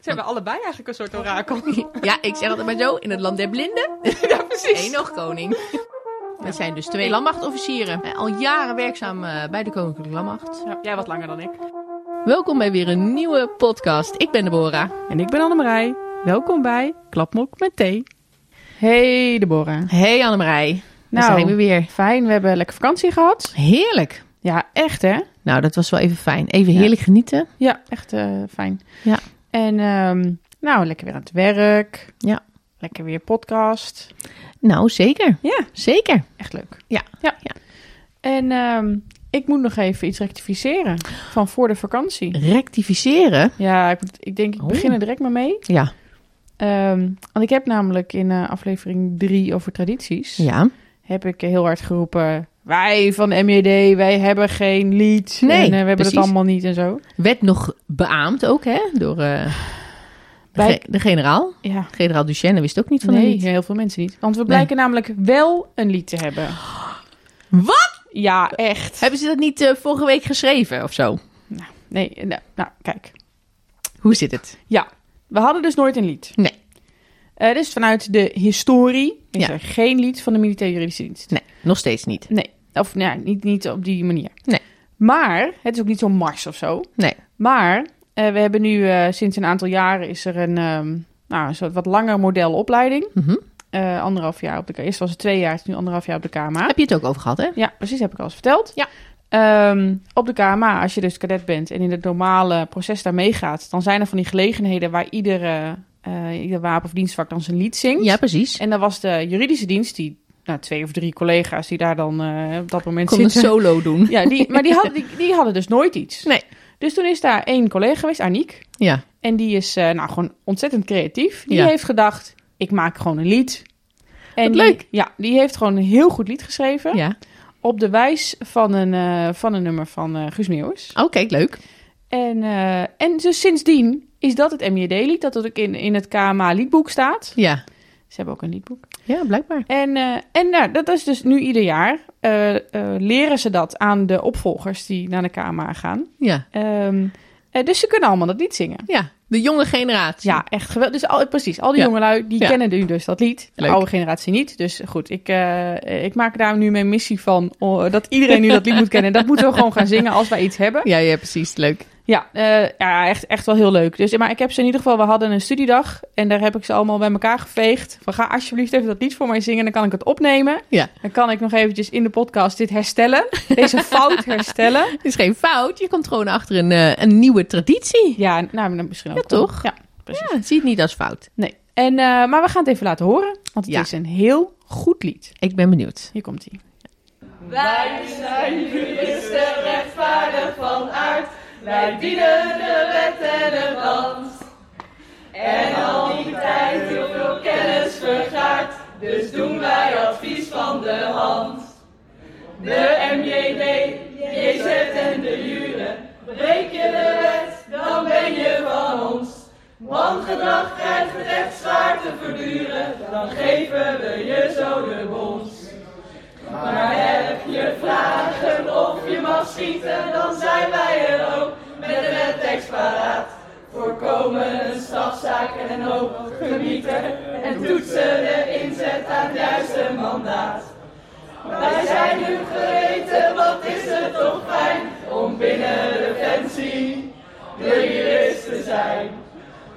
zijn we allebei eigenlijk een soort orakel. Ja, ik zeg altijd maar zo, in het land der blinden, ja, precies. één nog koning. Dat zijn dus twee landmachtofficieren. eh, Al jaren werkzaam eh, bij de Koninklijke Landmacht. Ja, jij wat langer dan ik. Welkom bij weer een nieuwe podcast. Ik ben Deborah. En ik ben Annemarij. Welkom bij Klapmok met thee. Hey Deborah. Hey Annemarij. Daar Nou. zijn we weer. Fijn, we hebben lekker vakantie gehad. Heerlijk. Ja, echt hè? Nou, dat was wel even fijn. Even Ja. heerlijk genieten. Ja, echt eh, fijn. Ja. En ehm, nou, lekker weer aan het werk. Ja. Lekker weer podcast. Nou, zeker. Ja, Zeker. echt leuk. Ja. ja. Ja. En ehm, ik moet nog even iets rectificeren van voor de vakantie. Rectificeren. Ja, ik, moet- ik denk ik Oh. begin er direct maar mee. Ja. Ehm, want ik heb namelijk in eh, aflevering 3 over tradities... Ja. heb ik heel hard geroepen... wij van MED, wij hebben geen lied. Nee, en, eh, we hebben precies. het allemaal niet en zo. Werd nog beaamd ook, hè? Door eh, de, Bij- ge- de generaal. Ja, Generaal Duchenne wist ook niet van nee, een lied. heel veel mensen niet. Want we blijken namelijk wel een lied te hebben. Wat? Ja, echt. Hebben ze dat niet eh, vorige week geschreven of zo? Nee, nou, nou, kijk. Hoe zit het? We hadden dus nooit een lied. Nee. Eh, dus vanuit de historie is Ja. er geen lied van de militaire juridische dienst. Nee, nog steeds niet. Of nou, ja, niet, niet op die manier. Nee. Maar, het is ook niet zo'n mars of zo. Nee. Maar eh, we hebben nu eh, sinds een aantal jaren is er een, ehm, nou, een soort wat langer model opleiding. Mhm. Eh, anderhalf jaar op de Eerst was het twee jaar, het is nu anderhalf jaar op de KMA. Ah, Heb je het ook over gehad, hè? Ja, precies, heb ik al eens verteld. Ja. Ehm, op de KMA, als je dus cadet bent en in het normale proces daar meegaat, dan zijn er van die gelegenheden waar iedere, eh, ieder wapen of dienstvak dan zijn lied zingt. Ja, precies. En dan was de juridische dienst, die nou, twee of drie collega's die daar dan eh, op dat moment Kon een zitten. solo doen. Ja, die, maar die hadden, die, die hadden dus nooit iets. Nee. Dus toen is daar één collega geweest, Aniek. Ja. En die is eh, nou gewoon ontzettend creatief. Die Ja. heeft gedacht, ik maak gewoon een lied. En Wat die- leuk. Ja, die heeft gewoon een heel goed lied geschreven. Ja. Op de wijs van een, eh, van een nummer van eh Guus Meeuwis. Oh, kijk, leuk. En, eh, en dus sindsdien is dat het MJD-lied. Dat het ook in, in het KMA-liedboek staat. Ja. Ze hebben ook een liedboek. Ja, blijkbaar. En, eh, en nou, dat is dus nu ieder jaar. eh, eh, leren ze dat aan de opvolgers die naar de KMA gaan. Ja. Ehm, eh, dus ze kunnen allemaal dat lied zingen. Ja. De jonge generatie. Ja, echt geweldig. Dus al, precies, al die Ja. jongelui, die Ja. kennen nu dus dat lied. De Leuk. oude generatie niet. Dus goed, ik, eh, ik maak daar nu mijn missie van. oh, dat iedereen nu dat lied moet kennen. Dat moeten we gewoon gaan zingen als wij iets hebben. Ja, ja, precies. Leuk. Ja, eh, ja echt, echt wel heel leuk. Dus, maar ik heb ze in ieder geval, we hadden een studiedag. En daar heb ik ze allemaal bij elkaar geveegd. Van ga alsjeblieft even dat lied voor mij zingen. Dan kan ik het opnemen. Ja. Dan kan ik nog eventjes in de podcast dit herstellen. Deze fout herstellen. Het is geen fout. Je komt gewoon achter een, eh, een nieuwe traditie. Ja, nou, dan misschien ook. Ja, toch? wel. Ja, precies. Ja, zie het niet als fout. Nee. En, eh, maar we gaan het even laten horen. Want het Ja. is een heel goed lied. Ik ben benieuwd. Hier komt hij. Wij zijn juristen, rechtvaardig van aard. Wij dienen de wet en het land. En al die tijd heel veel kennis vergaard. Dus doen wij advies van de hand. De MJD, JZ en de jure. Breek je de wet, dan ben je van ons. Wangedrag krijgt het echt zwaar te verduren. Dan geven we je zo de bons. Maar heb je vragen of je mag schieten, dan zijn wij er ook met een wettekst paraat. Voorkomen een strafzaak en een hoop genieten en toetsen de inzet aan het juiste mandaat. Wij zijn nu geweten, wat is het toch fijn om binnen Defensie de jurist te zijn.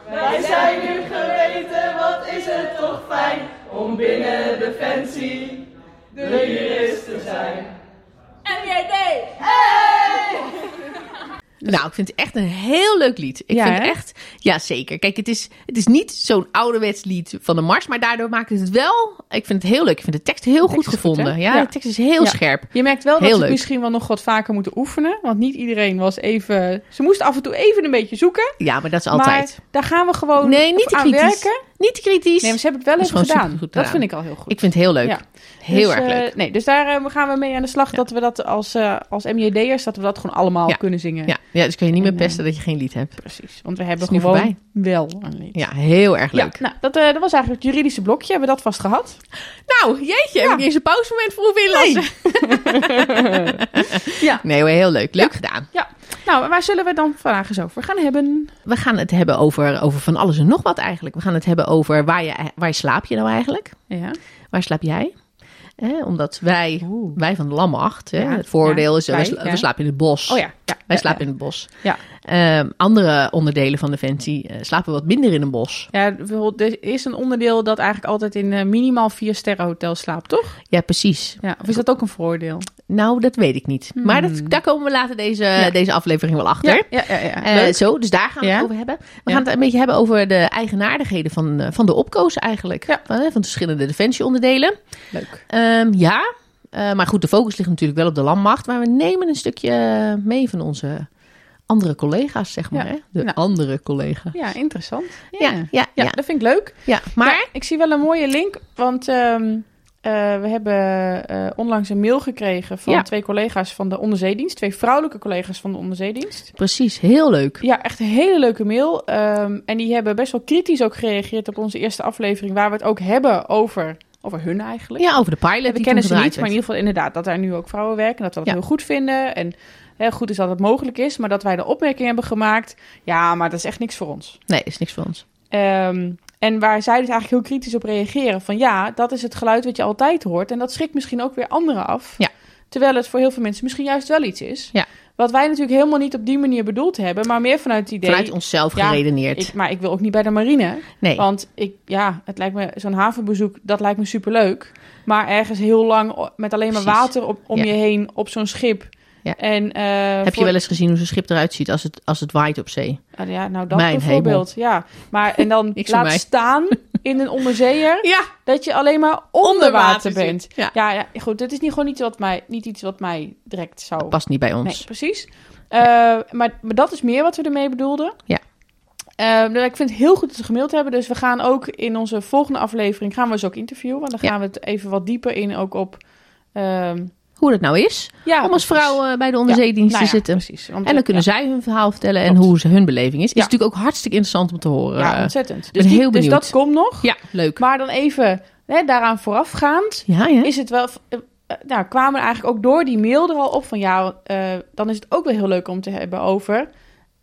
Wij zijn nu geweten, wat is het toch fijn om binnen Defensie de jurist te zijn. MJD! Hey! Nou, ik vind het echt een heel leuk lied. Ik Ja, vind hè? het echt, ja zeker. Kijk, het is, het is niet zo'n ouderwets lied van de Mars, maar daardoor maakt het het wel. Ik vind het heel leuk. Ik vind de tekst heel goed tekst is goed, gevonden. hè? ja, Ja. de tekst is heel Ja. scherp. Je merkt wel dat Heel ze het leuk. misschien wel nog wat vaker moeten oefenen. Want niet iedereen was even... Ze moesten af en toe even een beetje zoeken. Ja, maar dat is altijd. Maar daar gaan we gewoon nee, niet op te Oh, aan kritisch. werken. Niet kritisch. Nee, maar ze hebben het wel Dat eens is gewoon gedaan. supergoed Dat gedaan. vind ik al heel goed. Ik vind het heel leuk. Ja. Heel Dus, erg eh, leuk. nee, dus daar eh, gaan we mee aan de slag. Ja. Dat we dat als, eh als MJD'ers, dat we dat gewoon allemaal Ja. kunnen zingen. Ja. ja, dus kun je niet meer en, eh, pesten dat je geen lied hebt. Precies. Want we hebben Is nu gewoon voorbij. wel een lied. Ja, heel erg leuk. Ja, nou, dat, eh, dat was eigenlijk het juridische blokje. Hebben we dat vast gehad? Nou, jeetje, heb ik niet eens een pauzemoment voor hoeven inlassen. Ja. Nee, hoor, heel leuk. Leuk gedaan. Nou, waar zullen we het dan vandaag eens over gaan hebben? We gaan het hebben over, over van alles en nog wat eigenlijk. We gaan het hebben over waar, je, waar slaap je nou eigenlijk? Ja. Waar slaap jij? Eh, omdat wij, wij van de Lamme Acht, hè, Ja, het voordeel ja, is, eh, wij, wij, sla- ja. we slapen in het bos. Oh ja. ja Wij ja, slapen in het bos. Ja. Ehm, andere onderdelen van Defensie eh, slapen wat minder in een bos. Ja, bijvoorbeeld, er is een onderdeel dat eigenlijk altijd in eh, minimaal vier sterren hotel slaapt, toch? Ja, precies. Ja, of is dat ook een vooroordeel? Nou, dat weet ik niet. Maar dat, daar komen we later deze, Ja. deze aflevering wel achter. Ja, ja, ja. Eh, Leuk. zo, dus daar gaan we Ja. het over hebben. We Ja. gaan het een beetje hebben over de eigenaardigheden van, eh, van de opkoos eigenlijk. Ja. Van, eh, van verschillende defensieonderdelen. Leuk. Ehm, ja, Eh, maar goed, de focus ligt natuurlijk wel op de landmacht. Maar we nemen een stukje eh, mee van onze andere collega's, zeg maar. Ja. Hè? De Nou. andere collega. Ja, interessant. Ja, ja, ja. ja, dat vind ik leuk. Ja, maar... Ja, ik zie wel een mooie link, want ehm, eh, we hebben eh, onlangs een mail gekregen van Ja. twee collega's van de onderzeedienst. Twee vrouwelijke collega's van de onderzeedienst. Precies, heel leuk. Ja, echt een hele leuke mail. Ehm, en die hebben best wel kritisch ook gereageerd op onze eerste aflevering, waar we het ook hebben over, over hun eigenlijk. Ja, over de pilot. En we die kennen toen ze gedraaid niet, maar in ieder geval inderdaad dat daar nu ook vrouwen werken. en Dat we dat Ja. heel goed vinden. En heel goed is dat het mogelijk is, maar dat wij de opmerking hebben gemaakt. Ja, maar dat is echt niks voor ons. werd. Nee, is niks voor ons. Ehm, en waar zij dus eigenlijk heel kritisch op reageren. Van ja, dat is het geluid wat je altijd hoort. En dat schrikt misschien ook weer anderen af. Ja. Terwijl het voor heel veel mensen misschien juist wel iets is. Ja. Wat wij natuurlijk helemaal niet op die manier bedoeld hebben. Maar meer vanuit het idee... Vanuit onszelf Ja, geredeneerd. ik, maar ik wil ook niet bij de marine. nee. Want ik, ja, het lijkt me, zo'n havenbezoek, dat lijkt me superleuk. Maar ergens heel lang o- met alleen maar Precies. water op, om Ja. je heen op zo'n schip. Ja. En, eh, Heb je voor- wel eens gezien hoe zo'n schip eruit ziet als het, als het waait op zee? Ah, ja, nou dat Mijn bijvoorbeeld. Ja. Maar, en dan Niks voor laat mij. staan in een onderzeeër. Ja, dat je alleen maar onder water bent. Ja. Ja, ja, goed, dat is niet, gewoon niet, wat mij, niet iets wat mij direct zou... Past niet bij ons. Nee, precies. Eh, maar, maar dat is meer wat we ermee bedoelden. Ja. Eh, dus ik vind het heel goed dat ze gemaild hebben. Dus we gaan ook in onze volgende aflevering... gaan we ze ook interviewen. Want dan Ja. gaan we het even wat dieper in ook op... ehm, Hoe dat nou is ja, om als vrouw eh, bij de nou onderzeedienst ja, te zitten. Precies. Want, En eh, dan kunnen ja, zij hun verhaal vertellen en Klopt. hoe ze hun beleving is. Is Ja. natuurlijk ook hartstikke interessant om te horen. Ja, Ja, ontzettend. Dus, eh, ben die- heel dus benieuwd. dat komt nog. leuk. Maar dan even hè, daaraan voorafgaand... Ja, ja. is het wel. eh, eh, Nou, kwamen eigenlijk ook door die mail er al op van ja, eh, dan is het ook wel heel leuk om te hebben over.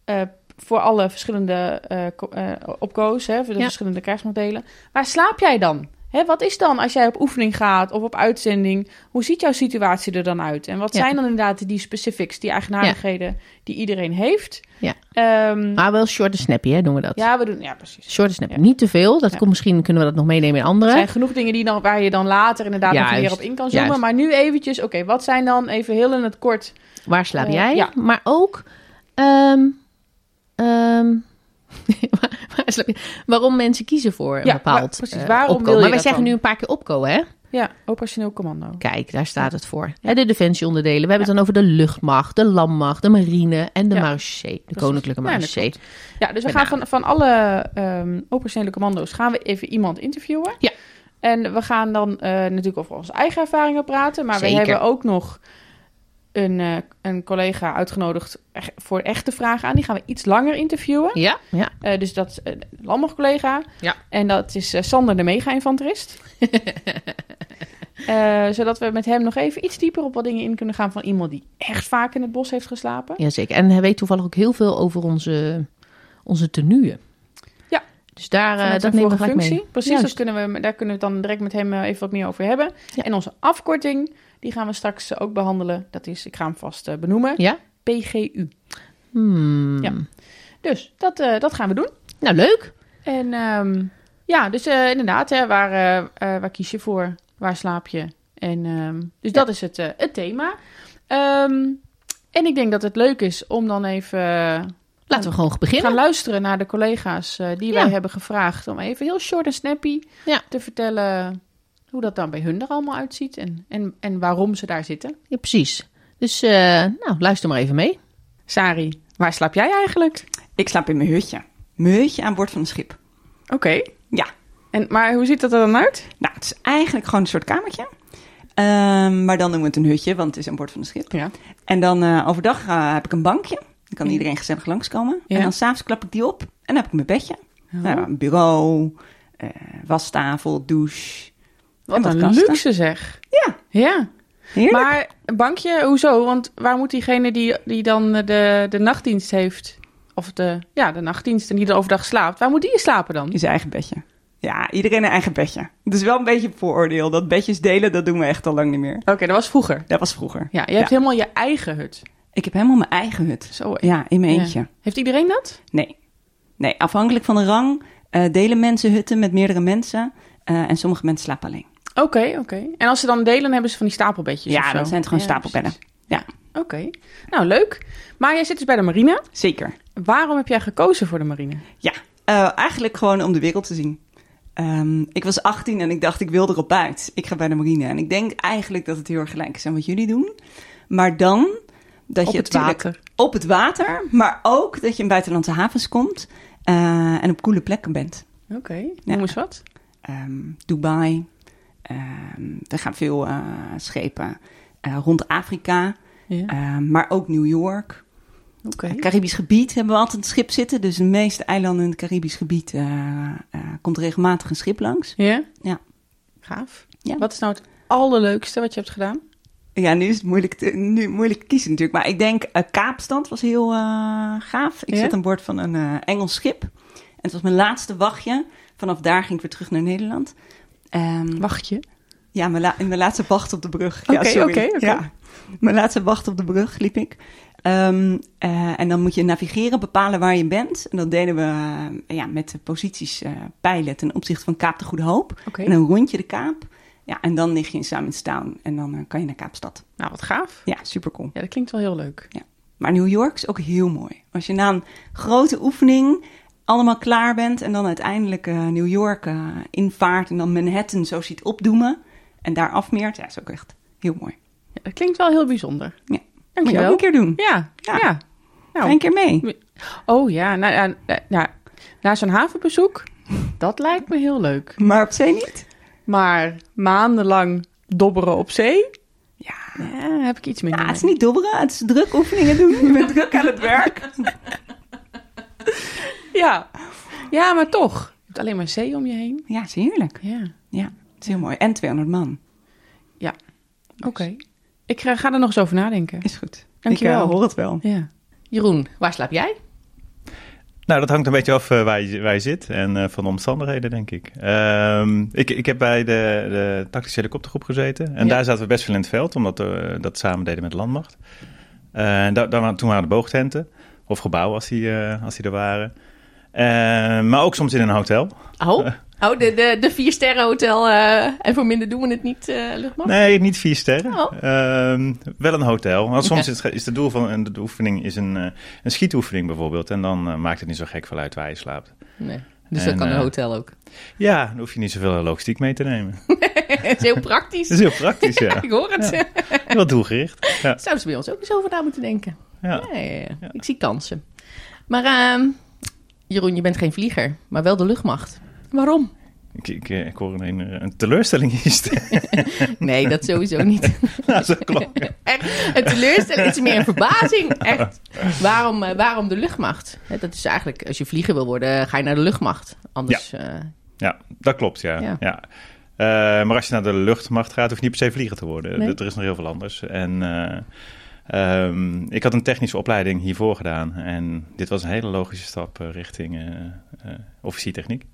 eh, voor alle verschillende eh, ko- eh, opkoos, hè, voor de Ja. verschillende krijgsmodellen. Waar slaap jij dan? Hè, wat is dan als jij op oefening gaat of op uitzending? Hoe ziet jouw situatie er dan uit? En wat Ja. zijn dan inderdaad die specifics, die eigenaardigheden die iedereen heeft? Ja. Ehm, Maar wel short en snappy, hè, doen we dat. ja, we doen, ja, precies. Short en snappy. Ja. Niet te veel. Dat Ja. komt, misschien kunnen we dat nog meenemen in Er andere. zijn genoeg dingen die dan, waar je dan later inderdaad nog meer Juist, op in kan zoomen. juist. Maar nu eventjes, oké, wat zijn dan even heel in het kort Waar slaap Eh, jij? ja. Maar ook... ehm, ehm, waar- waar slaap je? waarom mensen kiezen voor een Ja, bepaald waar- precies. eh, Waarom opko. wil je maar wij dat zeggen dan? nu een paar keer opko, hè? Ja, operationeel commando. Kijk, daar staat het voor. Hè, De defensieonderdelen. We hebben het dan over de luchtmacht, de landmacht, de marine en de Ja. marechaussee. De koninklijke Ja, dat marechaussee. Ja, dus we Met gaan van, van alle ehm, operationele commando's gaan we even iemand interviewen. Ja. En we gaan dan eh, natuurlijk over onze eigen ervaringen praten. Maar Zeker. we hebben ook nog een, eh, een collega uitgenodigd echt- voor echte vragen aan. Die gaan we iets langer interviewen. ja, ja. Eh, dus dat is een landmacht collega. Ja. En dat is eh, Sander de mega-infanterist. Eh, zodat we met hem nog even iets dieper op wat dingen in kunnen gaan van iemand die echt vaak in het bos heeft geslapen. Ja, zeker. En hij weet toevallig ook heel veel over onze, onze tenuën. Ja. Dus daar, eh, Vanuit dat zijn nemen we vorige gelijk mee. Precies, Juist. dat kunnen we, daar kunnen we het dan direct met hem eh, even wat meer over hebben. Ja. En onze afkorting, die gaan we straks eh, ook behandelen. Dat is, ik ga hem vast eh, benoemen, Ja? PGU. Hmm. Ja. Dus dat, eh, dat gaan we doen. Nou, leuk. En ehm, ja, dus eh, inderdaad, hè, waar, eh, eh, waar kies je voor? Waar slaap je? En, ehm, dus dat is het, eh, het thema. Ehm, en ik denk dat het leuk is om dan even eh, Laten we gewoon beginnen. gaan luisteren naar de collega's eh, die Ja. wij hebben gevraagd. Om even heel short en snappy Ja. te vertellen hoe dat dan bij hun er allemaal uitziet. En, en, en waarom ze daar zitten. Ja, precies. Dus eh, nou, luister maar even mee. Sari, waar slaap jij eigenlijk? Ik slaap in mijn hutje. Mijn hutje aan boord van een schip. Oké. Ja, En, maar hoe ziet dat er dan uit? Nou, het is eigenlijk gewoon een soort kamertje. Ehm, maar dan noemen we het een hutje, want het is aan boord van een schip. Ja. En dan eh, overdag eh, heb ik een bankje. Dan kan iedereen gezellig langskomen. Ja. Oh. En dan s'avonds klap ik die op en dan heb ik mijn bedje. Nou, een bureau, eh, wastafel, douche. en Wat een kasten. luxe zeg. Ja, Ja. heerlijk. Maar een bankje, hoezo? Want waar moet diegene die, die dan eh, de, de nachtdienst heeft, of de, ja, de nachtdienst en die er overdag slaapt, waar moet die slapen dan? In zijn eigen bedje. Ja, iedereen een eigen bedje. Het is wel een beetje een vooroordeel. Dat bedjes delen, dat doen we echt al lang niet meer. Oké, dat was vroeger. Dat was vroeger. Ja, je hebt helemaal je eigen hut. Ik heb helemaal mijn eigen hut. Zo. Ja, in mijn eentje. Ja. Heeft iedereen dat? Nee. Nee, afhankelijk van de rang eh, delen mensen hutten met meerdere mensen. eh, en sommige mensen slapen alleen. Oké, oké. En als ze dan delen, hebben ze van die stapelbedjes Ja, of zo? dan zijn het gewoon stapelbedden. precies. Ja, Oké. Nou, leuk. Maar jij zit dus bij de marine. zeker. Waarom heb jij gekozen voor de marine? Ja, eh, eigenlijk gewoon om de wereld te zien. Ehm, ik was 18 en ik dacht, ik wil erop uit. Ik ga bij de marine. En ik denk eigenlijk dat het heel erg gelijk is aan wat jullie doen. Maar dan dat Op je het natuurlijk water. op het water, maar ook dat je in buitenlandse havens komt eh, en op coole plekken bent. Oké, Ja. noem eens wat. Ehm, Dubai. ehm, er gaan veel eh, schepen eh, rond Afrika, Ja. Oké. ehm, maar ook New York. Het Caribisch gebied hebben we altijd een schip zitten. Dus de meeste eilanden in het Caribisch gebied eh, eh, komt regelmatig een schip langs. Ja? Ja. Gaaf. Ja. Wat is nou het allerleukste wat je hebt gedaan? Ja, nu is het moeilijk, te, nu, moeilijk te kiezen natuurlijk. Maar ik denk eh, Kaapstand was heel eh, gaaf. Ik Ja? zat aan boord van een eh, Engels schip. En het was mijn laatste wachtje. Vanaf daar ging ik weer terug naar Nederland. Ehm, Wacht je? Ja, mijn, la- in mijn laatste wacht op de brug. ja, Oké, sorry. oké, oké. Ja. Mijn laatste wacht op de brug liep ik. Ehm, eh, en dan moet je navigeren, bepalen waar je bent. En dat deden we eh, ja, met de posities eh, pijlen ten opzichte van Kaap de Goede Hoop. Oké. En dan rond je de Kaap. Ja, en dan lig je in Simon's Town. En dan eh, kan je naar Kaapstad. Nou, wat gaaf. Ja, super cool. Ja, dat klinkt wel heel leuk. Maar New York is ook heel mooi. Als je na een grote oefening allemaal klaar bent en dan uiteindelijk eh, New York eh, invaart en dan Manhattan zo ziet opdoemen en daar afmeert, ja, is ook echt heel mooi. Ja, dat klinkt wel heel bijzonder. Ja. Moet je ook Dankjewel. een keer doen. Ja, ja. Ja. Nou, Ga een keer mee. Oh ja, nou, ja, nou, nou, na zo'n havenbezoek, dat lijkt me heel leuk. Maar op zee niet? Maar maandenlang dobberen op zee, Ja. ja, heb ik iets minder. Ja, het is mee. niet dobberen, het is druk oefeningen doen. Je bent druk aan het werk. Ja. ja, maar toch. Je hebt alleen maar zee om je heen. Ja, het is heerlijk. Ja, Ja, het is heel mooi. En 200 man. oké. Ik eh, ga er nog eens over nadenken. Is goed. Dankjewel. Ik eh, hoor het wel. Ja. Jeroen, waar slaap jij? Nou, dat hangt een beetje af eh, waar, je, waar je zit en eh, van de omstandigheden, denk ik. Ehm, ik. Ik heb bij de, de tactische helikoptergroep gezeten. En Ja. daar zaten we best veel in het veld, omdat we dat samen deden met de landmacht. Eh, en da- daar waren- toen waren de boogtenten, of gebouwen als die, eh, als die er waren. Eh, maar ook soms in een hotel. Oh, oh de, de, de vier sterren hotel eh, en voor minder doen we het niet, eh luchtmacht. Nee, niet vier sterren. Oh. Ehm, wel een hotel. Want soms Ja. is, het, is het doel van een- de oefening is een, eh, een schietoefening bijvoorbeeld. En dan eh, maakt het niet zo gek veel uit waar je slaapt. Nee. Dus En, dat kan een eh, hotel ook. Ja, dan hoef je niet zoveel logistiek mee te nemen. Het is heel praktisch. Het is heel praktisch, ja. Ik hoor het. Ja. Heel doelgericht. Zouden ze bij ons ook eens over na moeten denken? Ja. Ja, ja, ja. Ik zie kansen. Maar ehm, Jeroen, je bent geen vlieger, maar wel de luchtmacht. Waarom? Ik, ik, eh, ik hoor een, eh, een teleurstelling in je stem. Nee, dat sowieso niet. Nou, zo klonk het. Echt, een teleurstelling het is meer een verbazing. Echt. Waarom, eh, waarom de luchtmacht? Hè, Dat is eigenlijk, als je vlieger wil worden, ga je naar de luchtmacht. Anders, eh, ja. Ja, dat klopt, ja. Ja. ja. Eh, maar als je naar de luchtmacht gaat, hoef je niet per se vliegen te worden. Nee. Er- Er is nog heel veel anders. En eh, ehm, ik had een technische opleiding hiervoor gedaan. En dit was een hele logische stap eh, richting eh eh, officiertechniek.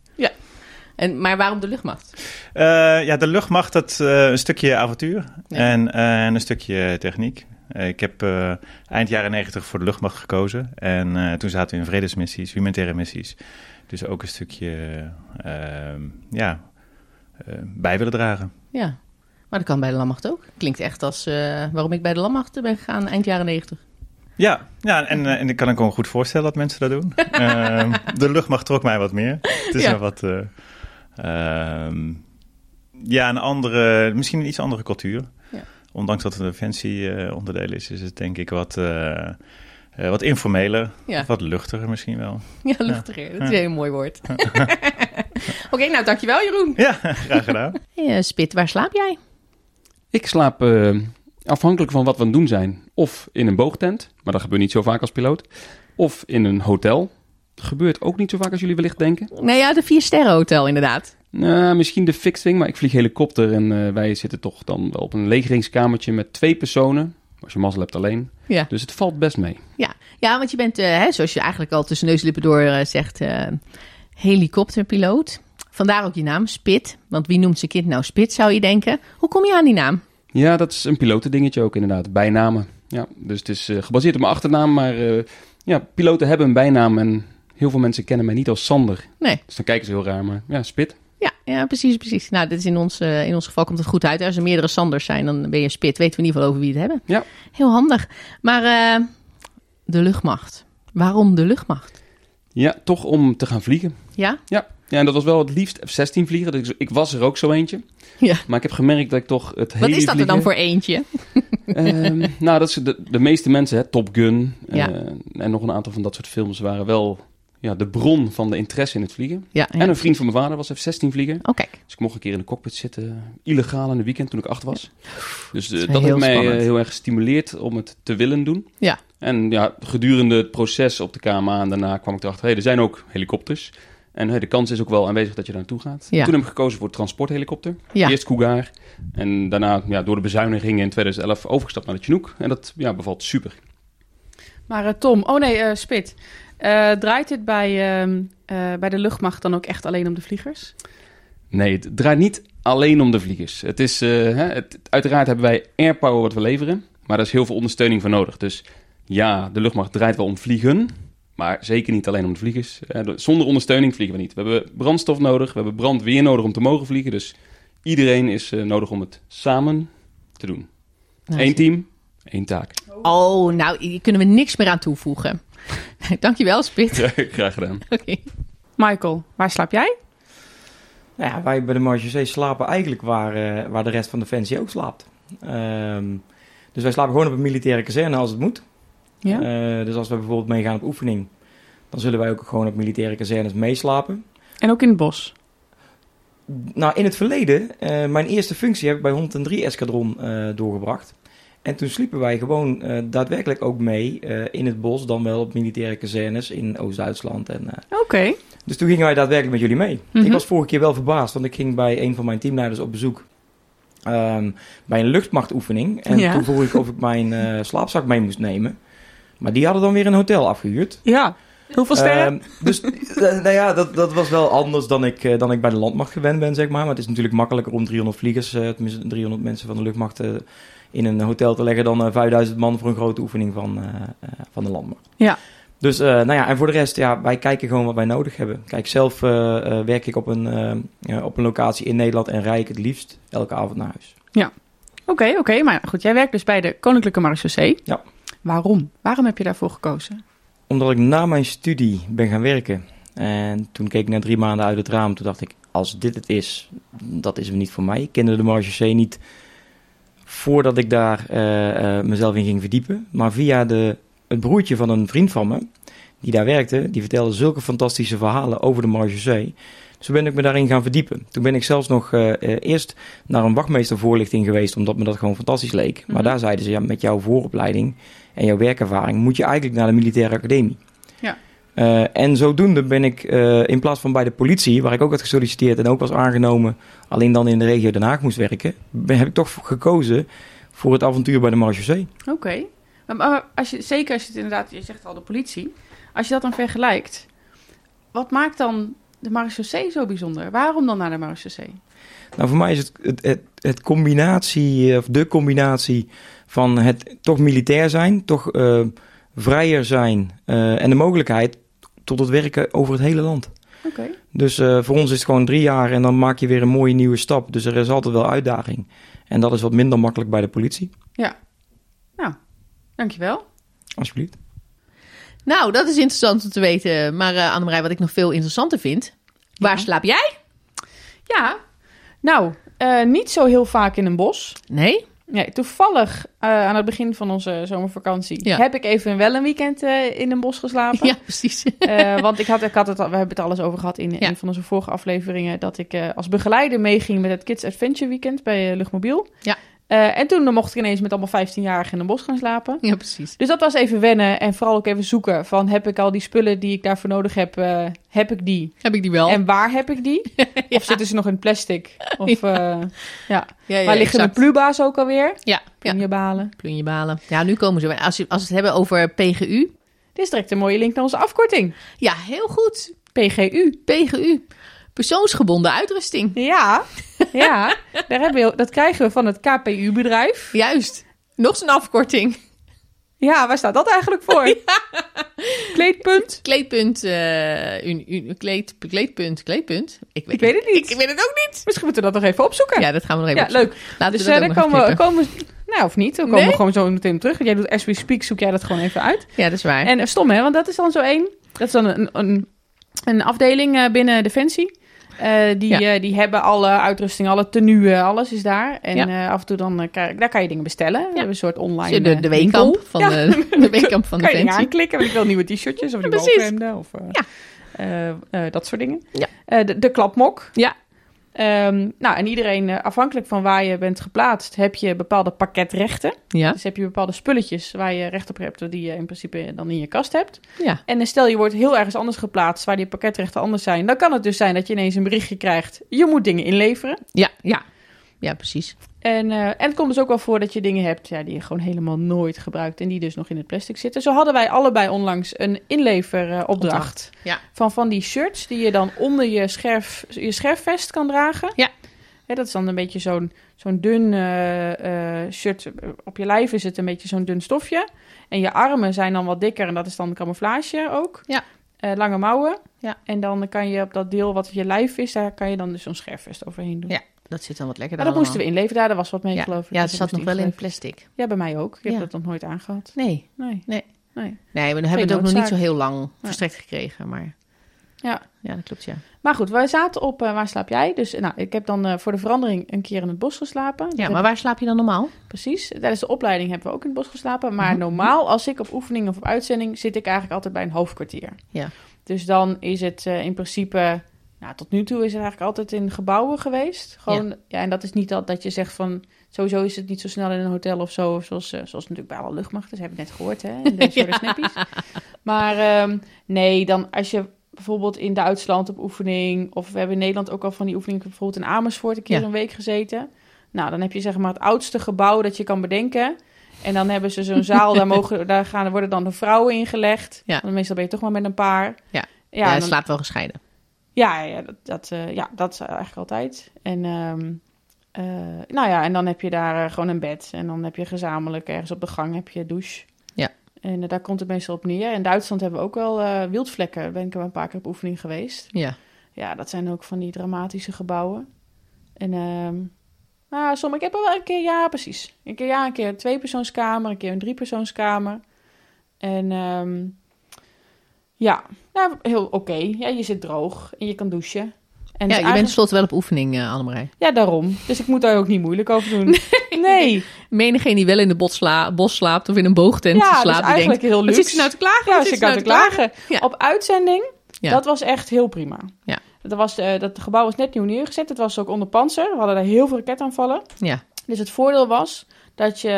en, maar waarom de luchtmacht? Eh, ja, de luchtmacht, dat eh, een stukje avontuur Ja. en, eh, en een stukje techniek. Eh, ik heb eh, eind jaren negentig voor de luchtmacht gekozen. En eh, toen zaten we in vredesmissies, humanitaire missies. Dus ook een stukje ehm, ja, eh, bij willen dragen. Ja. Maar dat kan bij de landmacht ook. Klinkt echt als eh, waarom ik bij de landmacht ben gegaan eind jaren negentig. Ja, ja en, eh, en ik kan me gewoon goed voorstellen dat mensen dat doen. Ehm, de luchtmacht trok mij wat meer. Het is Ja. een wat... eh, ehm, ja, een andere... Misschien een iets andere cultuur. Ja. Ondanks dat het een defensie eh, onderdeel is, is het denk ik wat... eh, eh, wat informeler, Ja. wat luchtiger misschien wel. Ja, luchtiger. Dat is een heel mooi woord. nou dankjewel Jeroen. Ja, graag gedaan. Hey, eh, Spit, waar slaap jij? Ik slaap eh, afhankelijk van wat we aan het doen zijn. Of in een boogtent, maar dat gebeurt niet zo vaak als piloot. Of in een hotel. Gebeurt ook niet zo vaak als jullie wellicht denken. Nee, ja, de Vier Sterren Hotel inderdaad. Nou, misschien de fixed wing, maar ik vlieg helikopter en eh, wij zitten toch dan wel op een legeringskamertje met twee personen. Als je mazzel hebt alleen. Ja. Dus het valt best mee. Ja, want je bent, eh, hè, zoals je eigenlijk al tussen neus en lippen door eh, zegt, eh, helikopterpiloot. Vandaar ook je naam, Spit. Want wie noemt zijn kind nou Spit, zou je denken. Hoe kom je aan die naam? Ja, dat is een pilotendingetje ook inderdaad. Bijnamen. Ja, dus het is eh, gebaseerd op mijn achternaam, maar eh, ja, piloten hebben een bijnaam en heel veel mensen kennen mij niet als Sander. Nee. Dus dan kijken ze heel raar, maar ja, spit. Ja, ja precies, precies. Nou, dit is in, ons, eh, in ons geval komt het goed uit. Als er meerdere Sanders zijn, dan ben je Spit. Weten we in ieder geval over wie het hebben. Ja. Heel handig. Maar eh, de luchtmacht. Waarom de luchtmacht? Ja, toch om te gaan vliegen. Ja? Ja, en dat was wel het liefst F-16 vliegen. Dus ik- ik was er ook zo eentje. Ja. Maar ik heb gemerkt dat ik toch het hele Wat is dat er vliegen- dan voor eentje? Ehm, nou, dat is de, de meeste mensen, hè, Top Gun eh, Ja. en nog een aantal van dat soort films waren wel ja, de bron van de interesse in het vliegen. Ja, ja. En een vriend van mijn vader was F-16 vlieger. Oh, kijk. Dus ik mocht een keer in de cockpit zitten, illegaal in de weekend toen ik acht was. Dus eh, is wel dat heeft heel mij eh, spannend. heel erg gestimuleerd om het te willen doen. Ja. En ja, gedurende het proces op de KMA en daarna kwam ik erachter, hey, er zijn ook helikopters. En hey, de kans is ook wel aanwezig dat je daar naartoe gaat. Ja. Toen heb ik gekozen voor transporthelikopter. Ja. Eerst Cougar en daarna ja, door de bezuinigingen in 2011 overgestapt naar de Chinook. En dat ja, bevalt super. Maar eh, Tom, oh nee, eh, Spit. Eh, draait dit bij, ehm, eh, bij de luchtmacht dan ook echt alleen om de vliegers? Nee, het draait niet alleen om de vliegers. Het is, eh, hè, het, uiteraard hebben wij airpower wat we leveren, maar daar is heel veel ondersteuning voor nodig. Dus ja, de luchtmacht draait wel om vliegen, maar zeker niet alleen om de vliegers. Eh, de- zonder ondersteuning vliegen we niet. We hebben brandstof nodig, we hebben brandweer nodig om te mogen vliegen. Dus iedereen is eh, nodig om het samen te doen. Nou, Eén team, één taak. Oh, nou, hier kunnen we niks meer aan toevoegen. Dankjewel, Spit. Ja, graag gedaan. Oké. Michael, waar slaap jij? Nou ja, wij bij de Marge C slapen eigenlijk waar, eh, waar de rest van de fancy ook slaapt. Ehm, dus wij slapen gewoon op een militaire kazerne als het moet. Ja. Eh, dus als we bijvoorbeeld meegaan op oefening, dan zullen wij ook gewoon op militaire kazernes meeslapen. En ook in het bos. Nou, in het verleden, eh, mijn eerste functie heb ik bij 103 Escadron eh, doorgebracht. En toen sliepen wij gewoon eh, daadwerkelijk ook mee eh, in het bos, dan wel op militaire kazernes in Oost-Duitsland. En, eh, Oké. dus toen gingen wij daadwerkelijk met jullie mee. Mhm. Ik was vorige keer wel verbaasd, want ik ging bij een van mijn teamleiders op bezoek. ehm, bij een luchtmachtoefening. En Ja. toen vroeg ik of ik mijn eh, slaapzak mee moest nemen. Maar die hadden dan weer een hotel afgehuurd. Ja. Hoeveel sterren? Ehm, dus eh, nou ja, dat, dat was wel anders dan ik, eh, dan ik bij de landmacht gewend ben, zeg maar. Maar het is natuurlijk makkelijker om 300 vliegers, eh, tenminste 300 mensen van de luchtmacht, eh, in een hotel te leggen dan eh, 5000 man voor een grote oefening van, eh, eh, van de landmacht. Ja. Dus eh, nou ja, en voor de rest, ja, wij kijken gewoon wat wij nodig hebben. Kijk, zelf eh, eh, werk ik op een, eh, eh, op een locatie in Nederland en rij ik het liefst elke avond naar huis. Oké, oké. maar goed, jij werkt dus bij de Koninklijke Marechaussee. Ja. Waarom? Waarom heb je daarvoor gekozen? Omdat ik na mijn studie ben gaan werken. En toen keek ik na drie maanden uit het raam. Toen dacht ik, als dit het is, dat is hem niet voor mij. Ik kende de Marge C niet voordat ik daar eh, eh, mezelf in ging verdiepen. Maar via de, het broertje van een vriend van me, die daar werkte, die vertelde zulke fantastische verhalen over de Marge C. Dus toen ben ik me daarin gaan verdiepen. Toen ben ik zelfs nog eh, eh, eerst naar een wachtmeestervoorlichting geweest, omdat me dat gewoon fantastisch leek. Maar Mhm. daar zeiden ze, ja, met jouw vooropleiding en jouw werkervaring moet je eigenlijk naar de militaire academie. Ja. Eh, en zodoende ben ik eh, in plaats van bij de politie, waar ik ook had gesolliciteerd en ook was aangenomen, alleen dan in de regio Den Haag moest werken, ben, heb ik toch gekozen voor het avontuur bij de Marge C. Oké. Maar- Maar als je, zeker als je het inderdaad, je zegt al de politie. Als je dat dan vergelijkt, wat maakt dan de Marechaussee zo bijzonder? Waarom dan naar de Marechaussee? Nou, voor mij is het, het, het, het combinatie, eh, of de combinatie van het toch militair zijn, toch eh, vrijer zijn eh, en de mogelijkheid tot het werken over het hele land. Oké. Dus eh, voor ons is het gewoon drie jaar en dan maak je weer een mooie nieuwe stap. Dus er is altijd wel uitdaging. En dat is wat minder makkelijk bij de politie. Dankjewel. Alsjeblieft. Nou, dat is interessant om te weten. Maar eh Annemarij, wat ik nog veel interessanter vind. Waar slaap jij? Ja. Nou, eh, niet zo heel vaak in een bos. Nee? Nee, toevallig eh, aan het begin van onze zomervakantie Ja. heb ik even wel een weekend eh, in een bos geslapen. Ja, precies. Eh, want ik had, ik had het al, we hebben het alles over gehad in Ja. een van onze vorige afleveringen. Dat ik eh, als begeleider meeging met het Kids Adventure Weekend bij eh, Luchtmobiel. Ja. Eh, en toen mocht ik ineens met allemaal 15-jarigen in een bos gaan slapen. Ja, precies. Dus dat was even wennen en vooral ook even zoeken van heb ik al die spullen die ik daarvoor nodig heb, eh, heb ik die? Heb ik die wel? En waar heb ik die? Ja. Of zitten ze nog in plastic? Of eh, Ja, ja, waar liggen exact. mijn pluba's ook alweer? Ja, ja. Punjebalen. plunjebalen. Ja, nu komen ze. weer. Als, je, als we het hebben over PGU. Dit is direct een mooie link naar onze afkorting. Ja, heel goed. PGU. PGU. Persoonsgebonden uitrusting. Ja, ja daar hebben we, dat krijgen we van het KPU-bedrijf. Juist. Nog zo'n afkorting. Ja, waar staat dat eigenlijk voor? Kleedpunt? Kleedpunt, eh, un- un- kleed, kleedpunt, kleedpunt. Ik weet, Ik weet het niet. Ik weet het ook niet. Misschien moeten we dat nog even opzoeken. Ja, dat gaan we nog even Ja, opzoeken. leuk. Laten Dus we dat eh, ook daar nog komen we, even komen we- Nou, of niet. Dan komen Nee? we gewoon zo meteen op terug. Jij doet As We Speak, zoek jij dat gewoon even uit. klippen. Ja, dat is waar. En eh, stom hè, want dat is dan zo één. Dat is dan een, een, een afdeling eh, binnen Defensie. Eh, die, Ja. eh, die hebben alle uitrusting, alle tenue, alles is daar. En Ja. Dus eh, af en toe dan, eh, kan- daar kan je dingen bestellen. We hebben een soort online de, de, eh, weekamp winkel. van Ja, de, de weekamp van kan je dingen Defensie. aanklikken. Want ik wil nieuwe t-shirtjes of nieuwe precies. overhemden. Of, eh, Ja. eh, eh, dat soort dingen. Ja. Eh, de, de klapmok. Ja. Ehm, nou, en iedereen, eh, afhankelijk van waar je bent geplaatst, heb je bepaalde pakketrechten. Ja, Dus heb je bepaalde spulletjes waar je recht op hebt, die je in principe dan in je kast hebt. ja, En stel je wordt heel ergens anders geplaatst waar die pakketrechten anders zijn, dan kan het dus zijn dat je ineens een berichtje krijgt: je moet dingen inleveren. ja, ja. Ja, precies. En, eh, en het komt dus ook wel voor dat je dingen hebt ja, die je gewoon helemaal nooit gebruikt en die dus nog in het plastic zitten. Zo hadden wij allebei onlangs een inleveropdracht Opdracht, ja. van van die shirts die je dan onder je, scherf, je scherfvest kan dragen. Ja. Hè, dat is dan een beetje zo'n zo'n dun eh, eh, shirt. Op je lijf is het een beetje zo'n dun stofje. En je armen zijn dan wat dikker en dat is dan camouflage ook. Ja. Eh, lange mouwen. Ja. En dan kan je op dat deel wat je lijf is, daar kan je dan dus zo'n scherfvest overheen doen. Ja, Dat zit dan wat lekker Maar dat moesten we inleveren. Daar, daar was wat mee, ja. geloof ik. Ja, Dus het zat moest nog wel in ingeleverd. plastic. Ja, bij mij ook. Ik Ja. heb dat nog nooit aangehad. Nee. Nee. Nee. nee. Nee, we hebben het ook nog niet noodzaak. zo heel lang verstrekt gekregen, maar... Ja. Ja, dat klopt, ja. Maar goed, wij zaten op eh, Waar slaap jij? Dus nou, ik heb dan eh, voor de verandering een keer in het bos geslapen. Dat Ja, heb maar waar slaap je dan normaal? Precies. Tijdens de opleiding hebben we ook in het bos geslapen. Maar Mhm. normaal, als ik op oefening of op uitzending, zit ik eigenlijk altijd bij een hoofdkwartier. Ja. Dus dan is het eh, in principe. Nou, tot nu toe is het eigenlijk altijd in gebouwen geweest. Gewoon, ja. en dat is niet dat, dat je zegt van. Sowieso is het niet zo snel in een hotel of zo. of Zoals, eh, zoals natuurlijk bij alle luchtmachten. Dat hebben we net gehoord, hè? In de soort snappies. Maar ehm, nee, dan als je bijvoorbeeld in Duitsland op oefening... of we hebben in Nederland ook al van die oefening... bijvoorbeeld in Amersfoort een keer Ja. een week gezeten. Nou, dan heb je zeg maar het oudste gebouw dat je kan bedenken. En dan hebben ze zo'n zaal, daar, mogen, daar gaan, worden dan de vrouwen ingelegd. Ja. Want meestal ben je toch maar met een paar. Ja. Ja, ja, hij dan- slaapt wel gescheiden. ja, ja, dat, dat, eh, ja, dat is eigenlijk altijd. En, ehm, eh, nou ja, en dan heb je daar eh, gewoon een bed. En dan heb je gezamenlijk ergens op de gang heb je douche. Ja. En eh, daar komt het meestal op neer. In Duitsland hebben we ook wel eh, wildvlekken. Daar ben ik er een paar keer op oefening geweest. Ja. Ja, dat zijn ook van die dramatische gebouwen. En ehm nou, sommige, ik heb er wel een keer, ja, precies. Een keer ja, een keer een tweepersoonskamer, een keer een driepersoonskamer. En ehm, ja, nou, heel oké. Ja, je zit droog en je kan douchen. En het is ja, je bent eigenlijk- tenslotte wel op oefening, eh Annemarij. Ja, daarom. Dus ik moet daar ook niet moeilijk over doen. dus Nee, Menigeen die wel in de bos, sla- bos slaapt of in een boogtent ja, dat is slaapt, die eigenlijk denkt... heel Wat luxe. zit ze nou te klagen? Ja, Wat ze zit kan te klagen. Ja. Op uitzending, Ja. dat was echt heel prima. Ja. Dat, was, eh, dat gebouw was net nieuw neergezet. Het was ook onder pantser. We hadden daar heel veel raketaanvallen. Ja. Dus het voordeel was dat je,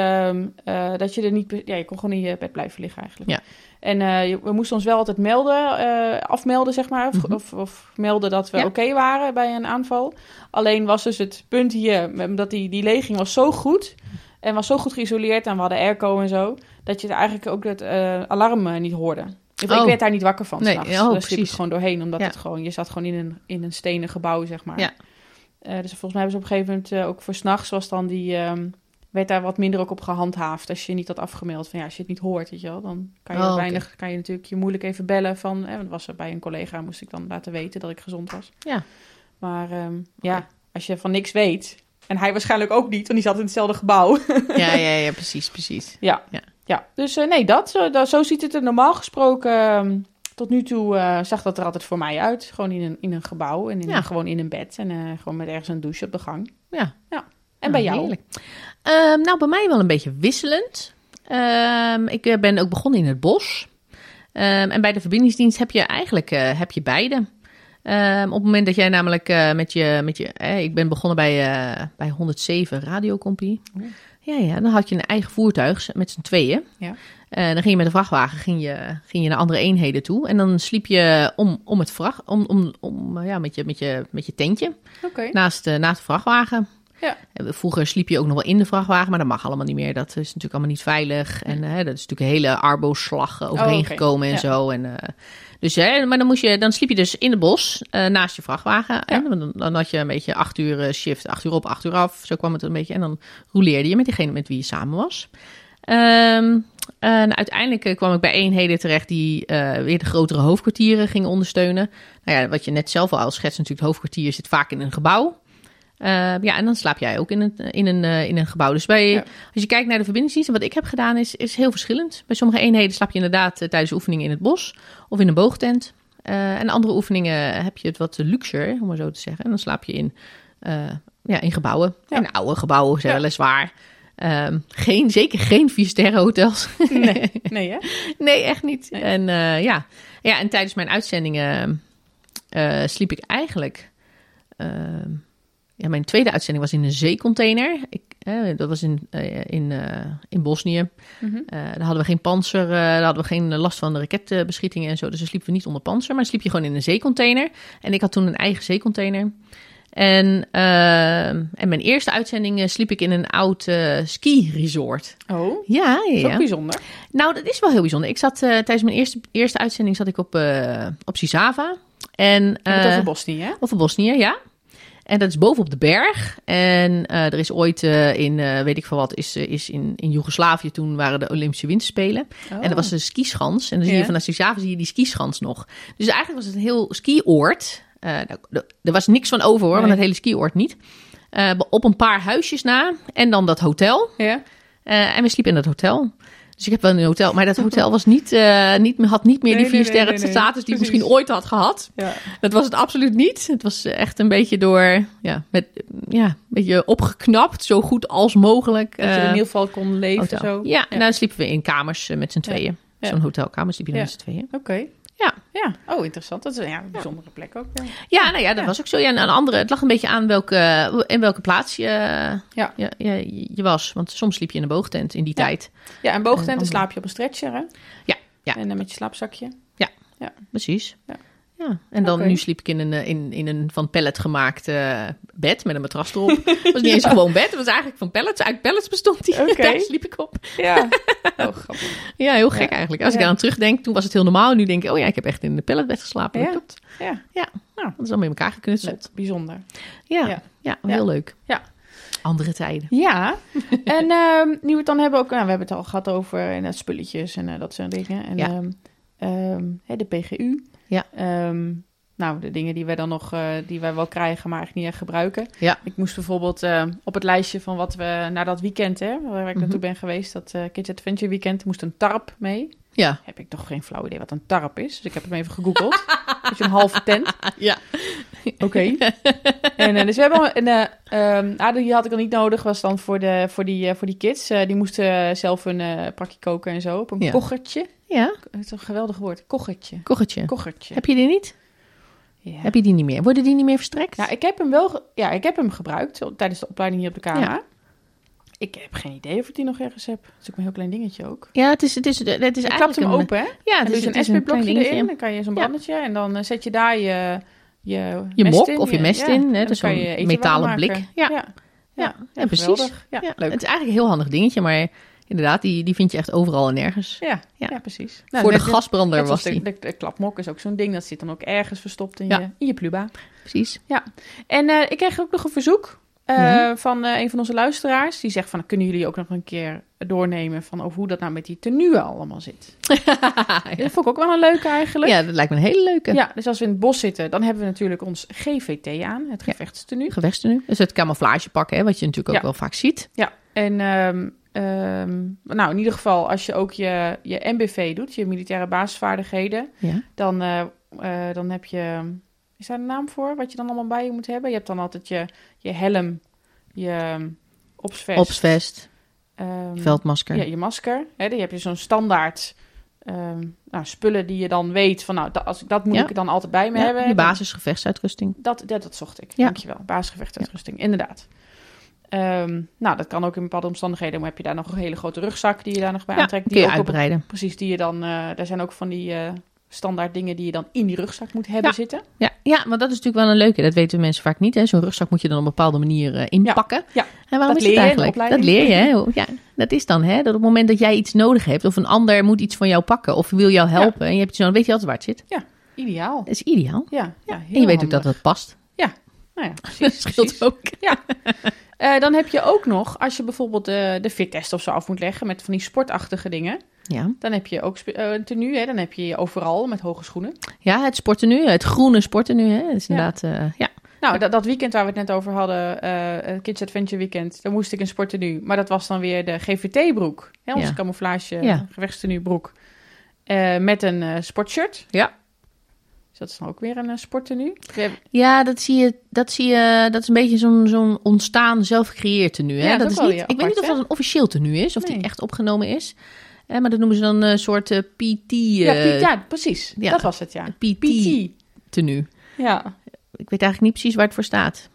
eh, dat je er niet... be- Ja, je kon gewoon in je bed blijven liggen eigenlijk. Ja. En eh, je- we moesten ons wel altijd melden, eh, afmelden zeg maar. Of, Mhm. of, of melden dat we Ja. oké waren bij een aanval. Alleen was dus het punt hier, dat die, die leging was zo goed... En was zo goed geïsoleerd en we hadden airco en zo... dat je eigenlijk ook het eh, alarm eh, niet hoorde. Ik, ik Oh. werd daar niet wakker van Nee, s'nachts. oh, daar sliep ik precies. gewoon doorheen. Omdat Ja. het gewoon, je zat gewoon in een, in een stenen gebouw, zeg maar. Ja. Eh, dus volgens mij hebben ze op een gegeven moment... eh, ook voor s'nachts was dan die... ehm, werd daar wat minder ook op gehandhaafd. Als je niet had afgemeld van ja, als je het niet hoort, weet je wel, dan kan je Oh, oké. weinig, kan je natuurlijk je moeilijk even bellen van. Hè, want het was er bij een collega, moest ik dan laten weten dat ik gezond was. Ja. Maar ehm, ja, als je van niks weet, en hij waarschijnlijk ook niet, want die zat in hetzelfde gebouw. Oh. Ja, ja, ja, precies, precies. Ja, dus eh, nee, dat, zo, dat, zo ziet het er normaal gesproken ehm, tot nu toe eh, zag dat er altijd voor mij uit. Gewoon in een, in een gebouw en in, Ja. gewoon in een bed en eh, gewoon met ergens een douche op de gang. Ja. Ja. En bij Nou, jou? heerlijk. Ehm, nou, bij mij wel een beetje wisselend. Ehm, ik eh, ben ook begonnen in het bos. Ehm, en bij de verbindingsdienst heb je eigenlijk eh, heb je beide. Ehm, op het moment dat jij namelijk eh, met je... Met je eh, ik ben begonnen bij, eh, bij 107 Radiocompie. Oh. Ja, ja, dan had je een eigen voertuig met z'n tweeën. Ja. Eh, dan ging je met een vrachtwagen ging je, ging je naar andere eenheden toe. En dan sliep je om, om het vracht, om, om, om, eh, ja, met, je, met, je, met je tentje. Oké. Naast, eh, naast de vrachtwagen. Ja. Eh, Vroeger sliep je ook nog wel in de vrachtwagen, maar dat mag allemaal niet meer. Dat is natuurlijk allemaal niet veilig. En eh, dat is natuurlijk een hele arbo-slag eh, overheen Oh, oké. gekomen en Ja. zo. En, eh, dus, hè, maar dan, moest je, dan sliep je dus in het bos eh, naast je vrachtwagen. En dan, dan had je een beetje acht uur eh, shift, acht uur op, acht uur af. Zo kwam het een beetje. En dan rouleerde je met degene met wie je samen was. Ehm, en uiteindelijk eh, kwam ik bij eenheden terecht die eh, weer de grotere hoofdkwartieren gingen ondersteunen. Nou ja, wat je net zelf al schetst, natuurlijk, het hoofdkwartier zit vaak in een gebouw. Eh, ja, en dan slaap jij ook in een, in een, eh, in een gebouw. Dus bij, Ja. als je kijkt naar de verbindingsdiensten, wat ik heb gedaan, is, is heel verschillend. Bij sommige eenheden slaap je inderdaad eh, tijdens oefeningen in het bos of in een boogtent. Eh, en andere oefeningen heb je het wat luxer, om maar zo te zeggen. En dan slaap je in, eh, ja, in gebouwen. Ja. In oude gebouwen, Ja. weliswaar. Ehm, geen, zeker geen vier-sterren hotels. Nee, nee hè? Nee, echt niet. Nee. En eh, ja. ja, en tijdens mijn uitzendingen eh, sliep ik eigenlijk. ehm, ja, mijn tweede uitzending was in een zeecontainer. Ik, eh, dat was in, eh, in, eh, in Bosnië. Mhm. Eh, daar hadden we geen panzer, eh, daar hadden we geen last van de raketbeschietingen en zo. Dus daar sliepen we niet onder panzer, maar dan sliep je gewoon in een zeecontainer. En ik had toen een eigen zeecontainer. En, ehm, en mijn eerste uitzending eh, sliep ik in een oud eh, ski-resort. Oh, Ja, ja, is ook ja. bijzonder. Nou, dat is wel heel bijzonder. Ik zat eh, tijdens mijn eerste, eerste uitzending zat ik op, eh op Sisava. En, Je hebt het eh, over Bosnië, hè? over Bosnië, ja. En dat is bovenop de berg. En eh, er is ooit eh, in, eh, weet ik veel wat, is, eh, is in, in Joegoslavië toen waren de Olympische Winterspelen. En dat was een skischans. En dan zie je Oh. Ja. vanuit Sisava zie je die skischans nog. Dus eigenlijk was het een heel skioord. Eh, nou, d- er was niks van over hoor, Nee. want het hele skioord niet. Eh, op een paar huisjes na. En dan dat hotel. Oh. Ja. Eh, en we sliepen in dat hotel. Dus ik heb wel een hotel. Maar dat hotel was niet, eh, niet, meer- had niet meer Nee, die nee, vier nee, sterren nee, nee. status die ik Precies. misschien ooit had gehad. Ja. Dat was het absoluut niet. Het was echt een beetje door, ja, met, ja, een beetje opgeknapt. Zo goed als mogelijk. Dat je eh, in ieder geval kon leven hotel. zo. Ja, en dan sliepen we in kamers eh, met z'n tweeën. Ja. Zo'n hotelkamer sliep je dan Ja. met z'n tweeën. Oké. Ja. ja. Oh, interessant. Dat is ja, een bijzondere plek ook. Ja. Ja, nou ja, dat was ook zo. Ja, en een andere, het lag een beetje aan welke, in welke plaats je, Ja. je, je, je was. Want soms liep je in een boogtent in die Ja. tijd. Ja, en En boogtenten andere. slaap je op een stretcher, hè? Eh, Ja, ja. En dan met je slaapzakje. Precies. Ja. Ja. En dan Oké. nu sliep ik in een, eh, in, in een van pallet gemaakt eh, bed met een matras erop. Het was niet eens een gewoon bed, het was eigenlijk van pallets. Uit pallets bestond die. Oké. Daar sliep ik op. Ja. Oh, grappig. Ja, heel gek eigenlijk. Als ik Ja. aan terugdenk, toen was het heel normaal. En nu denk ik, oh ja, ik heb echt in een palletbed geslapen. Ja. Dat klopt. Ja. Dat is allemaal in elkaar geknutseld. Leuk. Bijzonder. Ja. Ja. Ja. heel leuk. Ja. Andere tijden. Ja. en ehm, nu we het dan hebben ook... Nou, we hebben het al gehad over inderdaad spulletjes en eh, dat soort dingen. En Ja. ehm, ehm, hè, de PGU. Ja. Ehm, nou, de dingen die wij dan nog... eh, die wij wel krijgen, maar eigenlijk niet echt gebruiken. Ja. Ik moest bijvoorbeeld eh, op het lijstje van wat we... Na dat weekend, hè. Waar ik naartoe Mhm. ben geweest. Dat eh Kids Adventure Weekend. Moest een tarp mee. Ja. Heb ik toch geen flauw idee wat een tarp is. Dus ik heb hem even gegoogeld. Dat je een halve tent. Ja. Oké. En eh, dus we hebben een. eh, ehm, ah, die had ik al niet nodig. Was dan voor, de, voor, die, eh, voor die kids. Eh, die moesten eh, zelf een eh pakje koken en zo. Op een Ja. kochertje. Ja, Het is een geweldig woord. Kochertje. kocheltje. Kochertje. Heb je die niet? Ja. Heb je die niet meer? Worden die niet meer verstrekt? Nou, ik heb hem wel. ge- Ja, ik heb hem gebruikt zo- tijdens de opleiding hier op de KMA. Ja. Ik heb geen idee of ik die nog ergens heb. Dat is ook een heel klein dingetje ook. ja, het is, het is, het is Je eigenlijk klapt hem een- open, hè? Ja, En het dus is, een, het is een klein blokje dingetje. erin, dan kan je zo'n Ja. brandetje en dan eh, zet je daar je je, Je mest mok in, of je mest ja, in, hè, en dan dus kan zo'n je eten warm metalen maken. blik. Ja. ja, ja, ja, precies. geweldig. Ja, Ja, leuk. Het is eigenlijk een heel handig dingetje, maar inderdaad, die, die vind je echt overal en nergens. Ja, ja. Ja. precies. Nou, Voor de net- gasbrander net zoals was die. De, de, de klapmok is ook zo'n ding, dat zit dan ook ergens verstopt in, Ja. je, in je pluba. Precies. En eh, ik kreeg ook nog een verzoek eh, Ja. van eh, een van onze luisteraars. Die zegt van, kunnen jullie ook nog een keer doornemen van over hoe dat nou met die tenue allemaal zit? ja. Dat vond ik ook wel een leuke eigenlijk. ja, dat lijkt me een hele leuke. Ja, dus als we in het bos zitten, dan hebben we natuurlijk ons GVT aan, het Ja. gevechtstenu. Gewesten nu. Dus het camouflagepak, hè, wat je natuurlijk Ja. ook wel vaak ziet. Ja, en ehm, ehm, nou, in ieder geval, als je ook je, je MBV doet, je militaire basisvaardigheden, Ja. dan, eh, eh, dan heb je. Is daar een naam voor? Wat je dan allemaal bij je moet hebben? Je hebt dan altijd je, je helm, je, opsvest. Opsvest, Ehm, veldmasker. Ja, je masker. Hè, die heb je zo'n standaard ehm, nou, spullen die je dan weet van, nou, da- als ik dat moet Ja. ik er dan altijd bij me Ja, hebben. je basisgevechtsuitrusting. Dat, dat, dat zocht ik. Ja. Dankjewel. Basisgevechtuitrusting, inderdaad. Ehm, nou, dat kan ook in bepaalde omstandigheden. Maar heb je daar nog een hele grote rugzak die je daar nog bij Ja, aantrekt? Die kun je ook op- uitbreiden. precies, die je dan. eh, daar zijn ook van die eh, standaard dingen die je dan in die rugzak moet hebben Ja. zitten. Ja, ja, want dat is natuurlijk wel een leuke. Dat weten mensen vaak niet. hè. Zo'n rugzak moet je dan op een bepaalde manier eh, inpakken. ja. En waarom Dat is dat leer je in de eigenlijk? Dat leer opleiding. je. Hè? Ja, dat is dan hè. Dat op het moment dat jij iets nodig hebt of een ander moet iets van jou pakken of wil jou helpen en je hebt zo'n, weet je altijd waar het zit. Ideaal. Dat is ideaal. Ja, ja, heel En je weet ook handig. dat dat past. Nou ja, precies. Dat scheelt precies. ook. Eh, dan heb je ook nog, als je bijvoorbeeld eh, de fittest of zo af moet leggen met van die sportachtige dingen, Ja. dan heb je ook spe- eh, een tenue, hè, dan heb je je overal met hoge schoenen. ja, het sporten nu, het groene sporten nu. Hè? Dat is Ja. inderdaad, eh, ja. Nou, dat, dat weekend waar we het net over hadden, eh, eh, Kids Adventure Weekend, daar moest ik een sporttenue, maar dat was dan weer de GVT-broek, hè, onze Ja. camouflage Ja. gevechtstenuebroek, eh, met een eh, sportshirt. Ja. Dus dat is dan ook weer een eh, sporttenue. We hebben- Ja, dat zie je. Dat, zie je, dat is een beetje zo'n zo'n ontstaan, zelf gecreëerd tenue. Hè? Ja, dat dat is is ook wel niet, weer ik weet niet apart, of dat een officieel tenue is, of Nee. die echt opgenomen is. Eh, maar dat noemen ze dan een soort eh, PT, ja, eh Piet, ja, precies. ja. Dat was het, ja. PT PT. tenue. Ja. Ik weet eigenlijk niet precies waar het voor staat.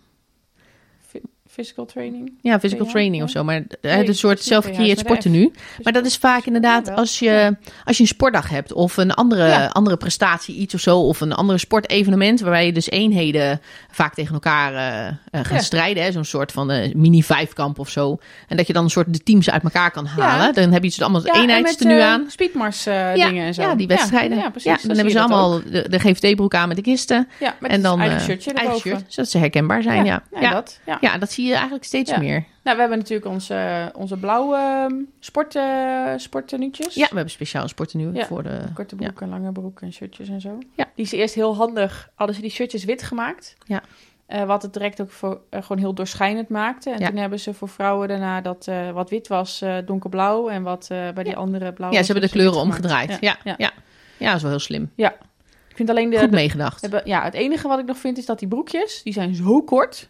Physical training. Ja, physical Ja, training ja. of zo. Maar eh, Nee, het is een soort precies, ja, zelf gecreëerd is met een F. sporttenue. Maar dat is vaak inderdaad wel. als je, als je een sportdag hebt of een andere, Ja. andere prestatie iets of zo. Of een andere sportevenement waarbij je dus eenheden vaak tegen elkaar eh, eh, gaat Ja. strijden. hè. Zo'n soort van eh, mini vijfkamp of zo. En dat je dan een soort de teams uit elkaar kan halen. Dan heb je ze allemaal het en eenheidstenu met, eh, aan. Speedmars eh, Ja, dingen en zo. ja, die wedstrijden. Ja, Ja, ja, precies. dan, hebben zie ze je dat allemaal ook. de, de GVT-broek aan met de kisten. Ja, met en dan het eigen eh, shirtje eigen erboven. shirt, zodat ze herkenbaar zijn. Ja, ja. ja, dat. Ja. Ja, dat zie je eigenlijk steeds Ja. meer. Nou, we hebben natuurlijk onze, onze blauwe ehm, sport, eh, sporttenuutjes. Ja, we hebben speciaal sporten nu Ja. voor de... Korte broek en lange broek en shirtjes en zo. Ja. Die ze eerst heel handig, hadden ze die shirtjes wit gemaakt. Ja. Eh, wat het direct ook voor, eh, gewoon heel doorschijnend maakte. En Ja. toen hebben ze voor vrouwen daarna dat eh, wat wit was, eh, donkerblauw. En wat eh, bij die andere blauw Ja, was, ze hebben de wit kleuren gemaakt. omgedraaid. Ja, ja. ja. ja. dat is wel heel slim. Ik vind alleen de, Goed de- meegedacht. hebben- ja, het enige wat ik nog vind is dat die broekjes, die zijn zo kort.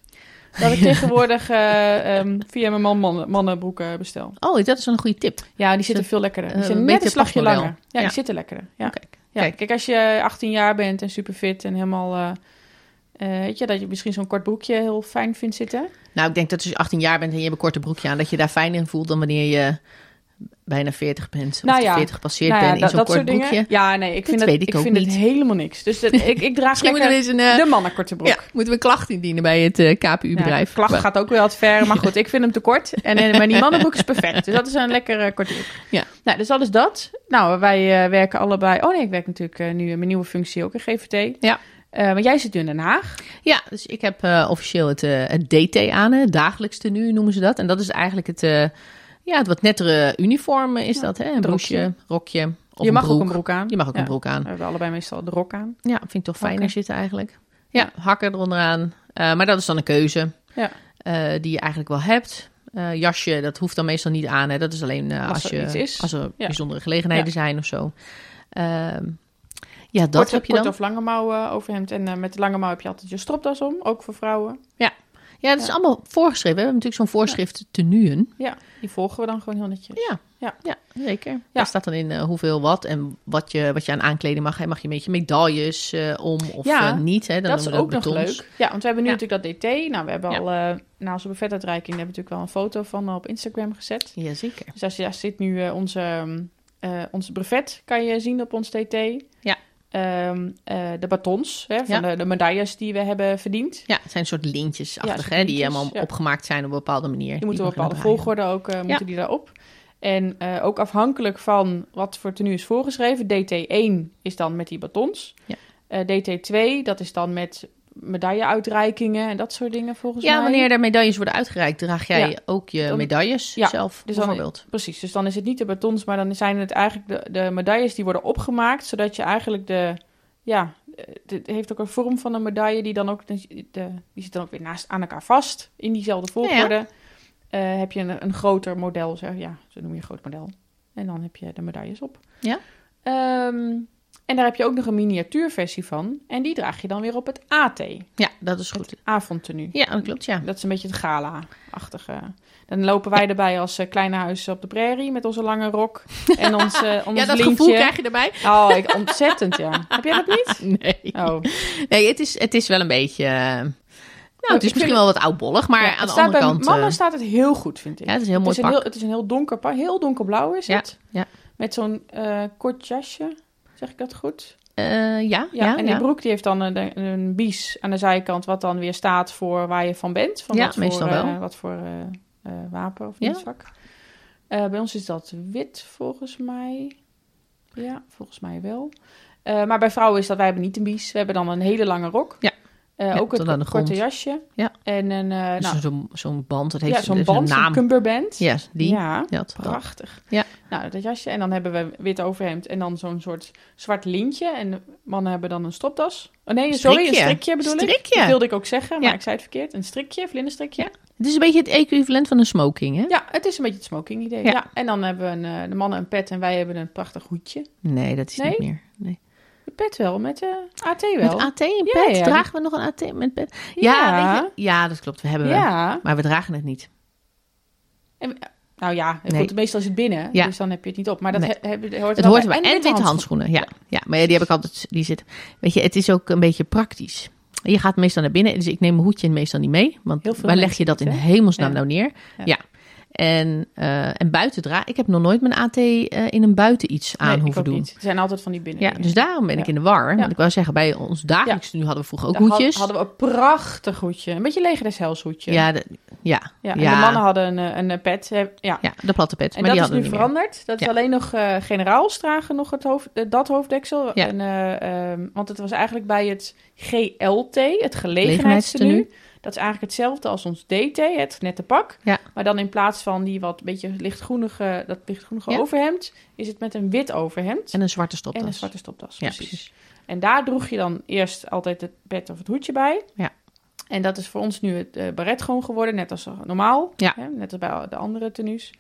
Dat ik tegenwoordig eh, ehm, via mijn man mannen, mannenbroeken bestel. Oh, dat is wel een goede tip. Ja, die zitten veel lekkerder. Die eh, zijn een net beetje een slagje pasmodel. langer. Ja, die Ja. zitten lekkerder. Ja. Oh, kijk. Ja. Kijk. Kijk. als je 18 jaar bent en super fit en helemaal... eh, eh, weet je, dat je misschien zo'n kort broekje heel fijn vindt zitten. Nou, ik denk dat als je 18 jaar bent en je hebt een korte broekje aan, dat je daar fijner in voelt dan wanneer je bijna 40 bent of Nou ja. 40 gepasseerd Nou ja, bent in dat- zo'n dat kort soort dingen. broekje. Ja, nee, ik vind, weet het, ik ik ook vind het niet. helemaal niks. Dus dat, ik, ik draag Misschien lekker moeten we eens een, eh, de mannenkorte broek. ja, moeten we klacht indienen bij het eh, KPU-bedrijf. Ja, klacht gaat ook wel wat ver, maar goed, ik vind hem te kort. En, en maar die mannenbroek is perfect, dus dat is een lekkere korte broek. Ja. Nou, dus dat is dat. Nou, wij eh, werken allebei. Oh nee, ik werk natuurlijk eh, nu in mijn nieuwe functie ook in GVT. Ja. Eh, maar jij zit nu in Den Haag. Ja, dus ik heb eh, officieel het, eh, het DT aan, hè, dagelijks tenue noemen ze dat. En dat is eigenlijk het, eh, ja, het wat nettere uniform eh, is dat. Hè? Een het bloesje, rokje of je mag broek. ook een broek aan. Je mag ook Ja. een broek aan. We hebben allebei meestal de rok aan. Ja, vind ik toch fijner Hakken. zitten eigenlijk. Ja, hakken eronder aan. Eh, maar dat is dan een keuze Ja. eh, die je eigenlijk wel hebt. Eh, jasje, dat hoeft dan meestal niet aan. Hè. Dat is alleen eh, Als als, er je, iets is. als er Ja. bijzondere gelegenheden Ja. zijn of zo. Ehm, ja, dat Korte- heb je kort dan. of lange mouwen overhemd. En eh, met de lange mouw heb je altijd je stropdas om, ook voor vrouwen. Ja, dat is ja. allemaal voorgeschreven. We hebben natuurlijk zo'n voorschrift tenuen. Ja, die volgen we dan gewoon heel netjes. Ja, Ja. ja zeker. Daar staat dan in eh, hoeveel wat en wat je, wat je aan aankleden mag. Hè. Mag je een beetje medailles eh, om of Ja, eh, niet. Hè. Dan dat is noemen we ook nog betons. leuk. Ja, want we hebben nu Ja. natuurlijk dat DT. Nou, we hebben Ja. al eh, na onze buffetuitreiking daar hebben we natuurlijk wel een foto van eh, op Instagram gezet. Jazeker. Dus daar, daar zit nu eh, onze, ehm, eh, onze brevet, kan je zien op ons TT. Ja. Ehm, eh, de batons, hè, van Ja. de, de medailles die we hebben verdiend. Ja, het zijn een soort lintjes Ja, achter, soort hè, die lintjes, helemaal ja. opgemaakt zijn op een bepaalde manier. Die moeten op een bepaalde volgorde. volgorde ook, eh, moeten die daarop. En eh, ook afhankelijk van wat voor tenue is voorgeschreven. DT1 is dan met die batons. Ja. Eh, DT2, dat is dan met medailleuitreikingen en dat soort dingen volgens Ja, mij. wanneer er medailles worden uitgereikt, draag jij Ja. ook je Dan- medailles ja, zelf, dus dan- bijvoorbeeld. Precies, dus dan is het niet de batons, maar dan zijn het eigenlijk de, de medailles die worden opgemaakt, zodat je eigenlijk de, ja, eh, het heeft ook een vorm van een medaille die dan ook, de, de- die zit dan ook weer naast aan elkaar vast, in diezelfde volgorde. Eh, heb je een, een groter model, zeg, ja, zo noem je een groot model. En dan heb je de medailles op. Ja. Ehm, En daar heb je ook nog een miniatuurversie van. En die draag je dan weer op het AT, Ja, dat is goed. het avondtenu. Ja, dat klopt, ja. Dat is een beetje het gala-achtige. Dan lopen wij erbij als eh, kleine huis op de prairie met onze lange rok en ons, eh ons Ja, dat lintje. gevoel krijg je Nou, erbij. Oh, ik, ontzettend, ja. Heb jij dat niet? Nee. Oh, Nee, het is, het is wel een beetje... eh, nou, ik het is misschien vind- wel wat oudbollig, maar Ja, aan het de staat andere bij kant... mannen eh, staat het heel goed, vind ik. ja, het is een heel het, mooi is pak. een heel, het is een heel donker pak. Heel donkerblauw is Ja, het. ja. Met zo'n eh, kort jasje. Zeg ik dat goed? Eh, ja, Ja, ja, en ja. die broek die heeft dan een, een, een bies aan de zijkant, wat dan weer staat voor waar je van bent. Van Ja, wat voor, meestal wel. eh, wat voor eh, eh, wapen of Ja. dienstvak. Eh, bij ons is dat wit, volgens mij. Ja, volgens mij wel. Eh, maar bij vrouwen is dat, wij hebben niet een bies. We hebben dan een hele lange rok. Ja. Eh, Ja, ook tot aan de een korte grond. jasje. Ja. En een, eh, Dus nou, zo'n, zo'n band, dat heeft, ja, zo'n heeft band, een zo'n naam. cummerband. Ja, die. Ja, Dat, dat. prachtig. Ja. Nou, dat jasje. En dan hebben we wit overhemd en dan zo'n soort zwart lintje. En mannen hebben dan een stropdas. Oh nee, sorry, een Strikje. strikje bedoel ik. Strikje. Dat wilde ik ook zeggen, maar Ja. ik zei het verkeerd. Een strikje, vlinderstrikje. Ja, Het is een beetje het equivalent van een smoking, hè? het is een beetje het smoking idee. Ja. Ja. En dan hebben we een, eh, de mannen een pet en wij hebben een prachtig hoedje. Nee, dat is Nee? niet meer. Nee. De pet wel, met de AT wel. Met AT en Ja, pet? ja, die- Dragen we nog een AT met pet? Ja, Ja. weet je- ja dat klopt. We hebben we. ja. Maar we dragen het niet. Nou ja, Nee. goed, meestal is het binnen, Ja. dus dan heb je het niet op. Maar dat Nee. he- heb, je- hoort Het er wel hoort bij. erbij. En, witte handschoenen. Ja. ja, maar ja, die heb ik altijd. Die zit. Weet je, het is ook een beetje praktisch. Je gaat meestal naar binnen. Dus ik neem mijn hoedje meestal niet mee. Want Heel veel waar leg mensen je dat niet, in hè? hemelsnaam Ja. nou neer? Ja. Ja. En, eh, en buiten dragen. Ik heb nog nooit mijn AT eh, in een buiten iets aan Nee, ik hoeven ook doen. niet. Er zijn altijd van die binnen. Ja, dus daarom ben ik Ja. in de war. Want Ja. ik wou zeggen, bij ons dagelijks nu hadden we vroeger ook Daar had- hoedjes. hadden we een prachtig hoedje. Een beetje leger des hels hoedje. ja, de, ja, Ja, ja, en de mannen hadden een, eh, een eh, pet. eh, Ja. ja, de platte pet. En maar die dat is nu hadden we niet meer. veranderd. Dat Ja. is alleen nog eh, generaals dragen nog het hoofd, eh, dat hoofddeksel. Ja. En, eh, ehm, want het was eigenlijk bij het GLT, het gelegenheidstenu. Dat is eigenlijk hetzelfde als ons DT, het nette pak. Ja. Maar dan in plaats van die wat beetje lichtgroenige, dat lichtgroenige Ja. overhemd, is het met een wit overhemd. En een zwarte stopdas. En een zwarte stopdas. Ja, precies. En daar droeg je dan eerst altijd het bed of het hoedje bij. Ja. En dat is voor ons nu het eh, baret gewoon geworden, net als normaal. Ja. Hè, net als bij de andere tenues.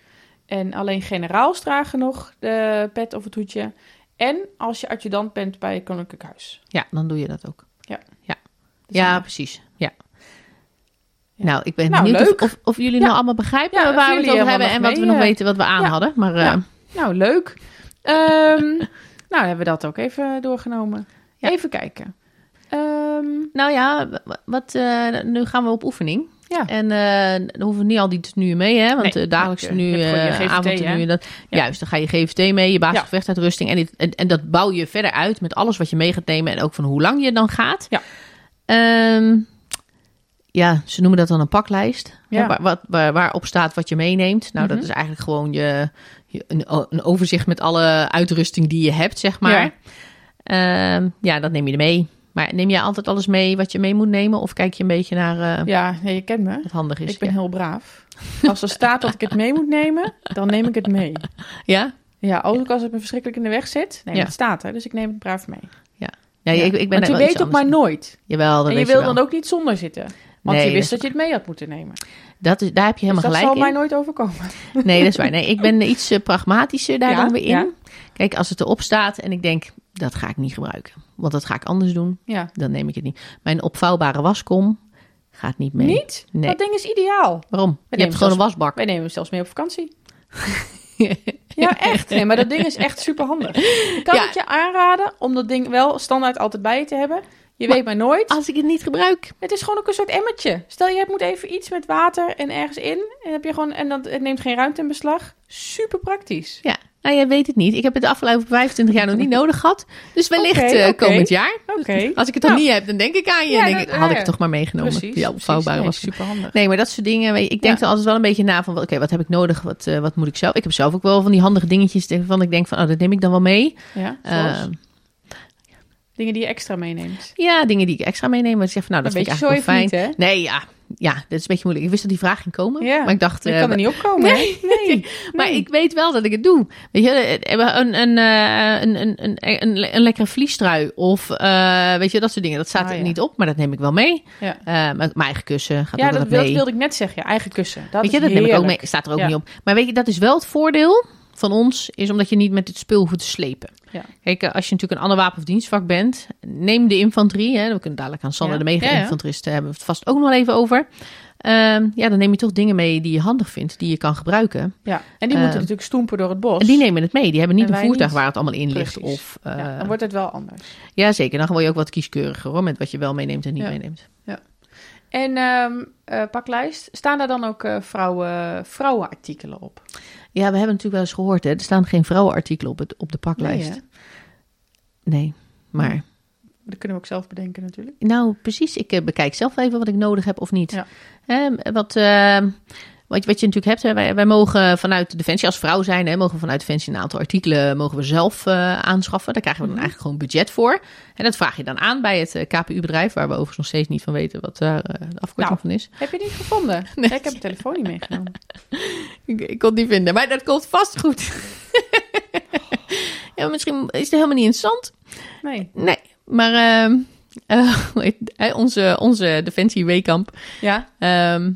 En alleen generaals dragen nog de pet of het hoedje. En als je adjudant bent bij het Koninklijk Huis. Ja, dan doe je dat ook. Ja. Ja, Dus ja dan- precies. Ja. Ja. Nou, ik ben Nou, benieuwd of, leuk. of, of jullie nou allemaal begrijpen Ja, of waar we het jullie over helemaal hebben en nog wat we mee, nog eh, weten wat we aan ja. hadden. Maar eh, Ja. Nou, leuk. Ehm, nou, hebben we dat ook even doorgenomen. Ja. Even kijken. Ehm, nou ja, w- wat, eh, nu gaan we op oefening. ja. En eh, dan hoeven we niet al die tenue mee, hè? Want Nee, eh, dagelijks want je- je tenue, hebt gewoon je eh, GVT, avondtenue. hè? Dat, Ja. Juist, dan ga je GVT mee, je basisgevechtuitrusting. En, dit- en, en dat bouw je verder uit met alles wat je mee gaat nemen. En ook van hoe lang je dan gaat. Ja. Ehm, ja, ze noemen dat dan een paklijst. Ja. Waar, wat, waar, waarop staat wat je meeneemt. Nou, dat Mhm. is eigenlijk gewoon je, je- een, o- een overzicht met alle uitrusting die je hebt, zeg maar. Ja. Ehm, ja, dat neem je mee. Maar neem jij altijd alles mee wat je mee moet nemen? Of kijk je een beetje naar eh, ja, nee, je kent me. wat handig is? Ik ben ja. heel braaf. Als er staat dat ik het mee moet nemen, dan neem ik het mee. ja? Ja, ook als het me verschrikkelijk in de weg zit. Nee, Ja. maar het staat er, dus ik neem het braaf mee. Ja, Ja. Ik, ik ben Want daar je wel iets weet ook anders maar in. nooit. Jawel, dat en je weet wil wel. dan ook niet zonder zitten. Want Nee, je wist dat dat je het mee had moeten nemen. Dat is, daar heb je Dus dat helemaal zal gelijk mij in. nooit overkomen. Nee, dat is waar. Nee, ik ben iets eh, pragmatischer daar Ja, dan weer in. ja. Kijk, als het erop staat en ik denk, dat ga ik niet gebruiken. Want dat ga ik anders doen, Ja. dan neem ik het niet. Mijn opvouwbare waskom gaat niet mee. Niet? Nee. Dat ding is ideaal. Waarom? Je nemen hebt gewoon een zelfs- wasbak. Wij nemen hem zelfs mee op vakantie. ja, echt. Nee, maar dat ding is echt superhandig. Ik kan Ja. het je aanraden om dat ding wel standaard altijd bij je te hebben. Je Maar- weet maar nooit. Als ik het niet gebruik. Het is gewoon ook een soort emmertje. Stel, je moet even iets met water en ergens in. En, heb je gewoon, en dat, het neemt geen ruimte in beslag. Super praktisch. Ja, nou jij weet het niet. Ik heb het de afgelopen 25 jaar nog niet nodig gehad. Dus wellicht Oké, eh, oké. komend jaar. Oké. Als ik het dan Nou. niet heb, dan denk ik aan je. Ja, en denk dat- ik, had ja, ik het toch maar meegenomen. Precies. ja, opvouwbare was waskom. super handig. Nee, maar dat soort dingen. weet je, Ik denk Ja. er altijd wel een beetje na van, oké, wat heb ik nodig? Wat, eh, wat moet ik zelf? Ik heb zelf ook wel van die handige dingetjes waarvan ik denk van, oh, dat neem ik dan wel mee. Ja, zoals Ehm, dingen die je extra meeneemt. ja, dingen die ik extra meeneem. Maar ik zeg van, nou, dat een vind ik beetje eigenlijk zo wel fijn. even niet, nee, ja, ja, dat is een beetje moeilijk. Ik wist dat die vraag ging komen, Ja, maar ik dacht... hè? eh, Je kan er niet op komen. Nee, nee. Maar ik weet wel dat ik het doe. Weet je, eh, een, een, eh, een, een, een, een, een lekkere vliestrui of eh, weet je, dat soort dingen. Dat staat Ah, er ja. niet op, maar dat neem ik wel mee. Ja, Eh, mijn, mijn eigen kussen gaat ja ook dat altijd wil, mee. wilde ik net zeggen. Ja, eigen kussen. Dat weet je, is dat neem ik ook mee. heerlijk. Staat er ook Ja. niet op. Maar weet je, dat is wel het voordeel van ons, is omdat je niet met het spul hoeft te slepen. Ja. Kijk, eh, als je natuurlijk een ander wapen of dienstvak bent, neem de infanterie. Hè, we kunnen dadelijk aan Sander Ja. de Ja, ja. mega-infanteristen hebben we het vast ook nog wel even over. Ehm, ja, dan neem je toch dingen mee die je handig vindt, die je kan gebruiken. Ja, en die Eh, moeten natuurlijk stoempen door het bos. En die nemen het mee. Die hebben niet En een wij voertuig niet. waar het allemaal in ligt. Precies. Of, eh, ja, ja, dan wordt het wel anders. zeker. Dan word je ook wat kieskeuriger hoor, met wat je wel meeneemt en niet Ja. meeneemt. En ehm, eh, paklijst, staan daar dan ook eh, vrouwen, vrouwenartikelen op? Ja, we hebben natuurlijk wel eens gehoord, hè, er staan geen vrouwenartikelen op, het, op de Nee, paklijst. hè? Nee, maar... dat kunnen we ook zelf bedenken natuurlijk. Nou, precies. Ik eh, bekijk zelf even wat ik nodig heb of niet. Ja. Hè, wat, eh, wat, wat je natuurlijk hebt, hè, wij, wij mogen vanuit Defensie, als vrouw zijn, hè, mogen we vanuit Defensie een aantal artikelen mogen we zelf eh, aanschaffen. Daar krijgen we Mhm. dan eigenlijk gewoon budget voor. En dat vraag je dan aan bij het eh, KPU-bedrijf, waar we overigens nog steeds niet van weten wat daar eh, de afkorting Nou. van is. Heb je die gevonden? Nee. Ik heb mijn telefoon niet meegenomen. Ik, ik kon het niet vinden, maar dat komt vast goed. ja, maar misschien is het helemaal niet interessant. Nee. Nee, maar ehm, eh, hoe heet- eh, onze, onze Defensie Weekamp. Ja. ehm,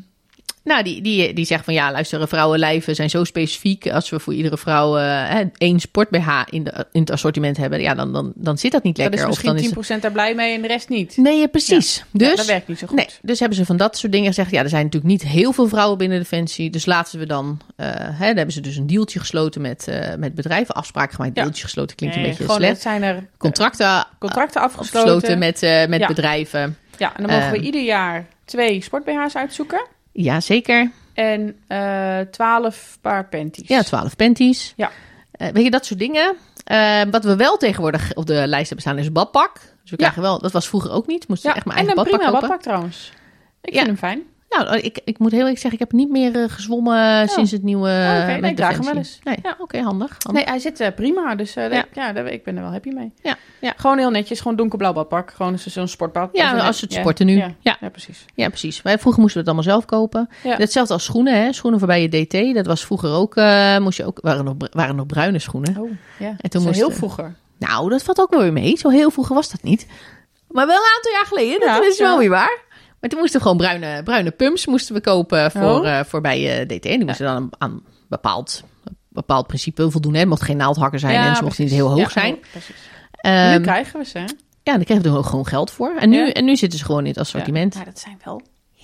nou, die, die, die zegt van ja, luister, vrouwenlijven zijn zo specifiek. Als we voor iedere vrouw eh, hè, één sport BH in, de, in het assortiment hebben, ja, dan, dan, dan zit dat niet lekker. dat is of dan is misschien het- 10% daar blij mee en de rest niet. Nee, ja, precies. Ja, Dus, dat werkt niet zo goed. nee, dus hebben ze van dat soort dingen gezegd. Ja, er zijn natuurlijk niet heel veel vrouwen binnen Defensie. Dus laten we dan. eh hè, daar hebben ze dus een dealtje gesloten met, eh, met bedrijven. Afspraak gemaakt. Ja. Dealtje gesloten klinkt Nee, een beetje gewoon, slecht. het zijn er Contracten contracten afgesloten. Ah, afgesloten met, eh, met Ja. bedrijven. Ja, en dan mogen we Ehm. ieder jaar twee sport-BH's uitzoeken. Ja, zeker. En eh 12 paar panties. Ja, 12 panties. Ja. Eh, weet je, dat soort dingen. Eh, wat we wel tegenwoordig op de lijst hebben staan is badpak. Dus we krijgen wel, dat was vroeger ook niet. Moesten Ja, echt mijn en een eigen badpak prima kopen. badpak trouwens. Ik Ja. vind hem fijn. Nou, ik, ik moet heel eerlijk zeggen, ik heb niet meer eh, gezwommen sinds het nieuwe Oh, oké. eh, Nee, met ik draag hem Defensie. wel eens. Nee, Ja. oké, handig. handig. Nee, hij zit eh, prima. Dus eh, dat- Ja. ja. daar- ik ben er wel happy mee. Ja, ja. Gewoon heel netjes. Gewoon donkerblauw badpak. Gewoon zo- zo'n sportbad. Ja, Zo'n- als het sporten nu. Ja, Ja. ja, precies. Ja, precies. Wij, vroeger moesten we het allemaal zelf kopen. Ja. Hetzelfde als schoenen, hè. Schoenen voor bij je DT. Dat was vroeger ook, eh, moest je ook waren, nog, br- waren nog bruine schoenen. Oh, ja. En En toen toen moest heel de- vroeger. Nou, dat valt ook wel weer mee. Zo heel vroeger was dat niet. Maar wel een aantal jaar geleden. Ja, dat is wel ja. weer waar. Maar toen moesten we gewoon bruine, bruine pumps moesten we kopen voor, Oh. eh, voor bij eh DT. En die moesten dan aan- aan een bepaald, bepaald principe voldoen. Hè. Het mocht geen naaldhakker zijn ja, en ze mochten niet heel hoog Ja, zijn. oh, precies. Ehm, nu krijgen we ze. hè? ja, daar kregen we er ook gewoon geld voor. En nu, Ja. en nu zitten ze gewoon in het assortiment. Ja, maar dat zijn wel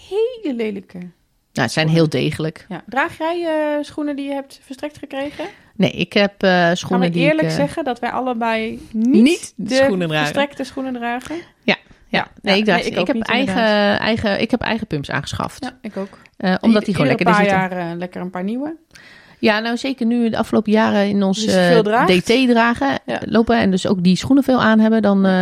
hele lelijke. Nou, het zijn heel degelijk. Ja. Draag jij eh, schoenen die je hebt verstrekt gekregen? Nee, ik heb eh, Gaan schoenen we die ik, eerlijk eh, zeggen dat wij allebei niet, Niet de de, schoenen dragen. verstrekte schoenen dragen? eh, Ja, nee, Ja, ik, draag, nee, ik ik, ook heb niet, eigen, inderdaad. eigen, ik heb eigen pumps aangeschaft. Ja, ik ook. Eh, omdat die gewoon Ieder- lekker er ieder zitten. paar jaar eh, lekker een paar nieuwe. Ja, nou zeker nu de afgelopen jaren in ons Dus je veel eh, draagt. DT dragen Ja. lopen en dus ook die schoenen veel aan hebben. Dan, eh,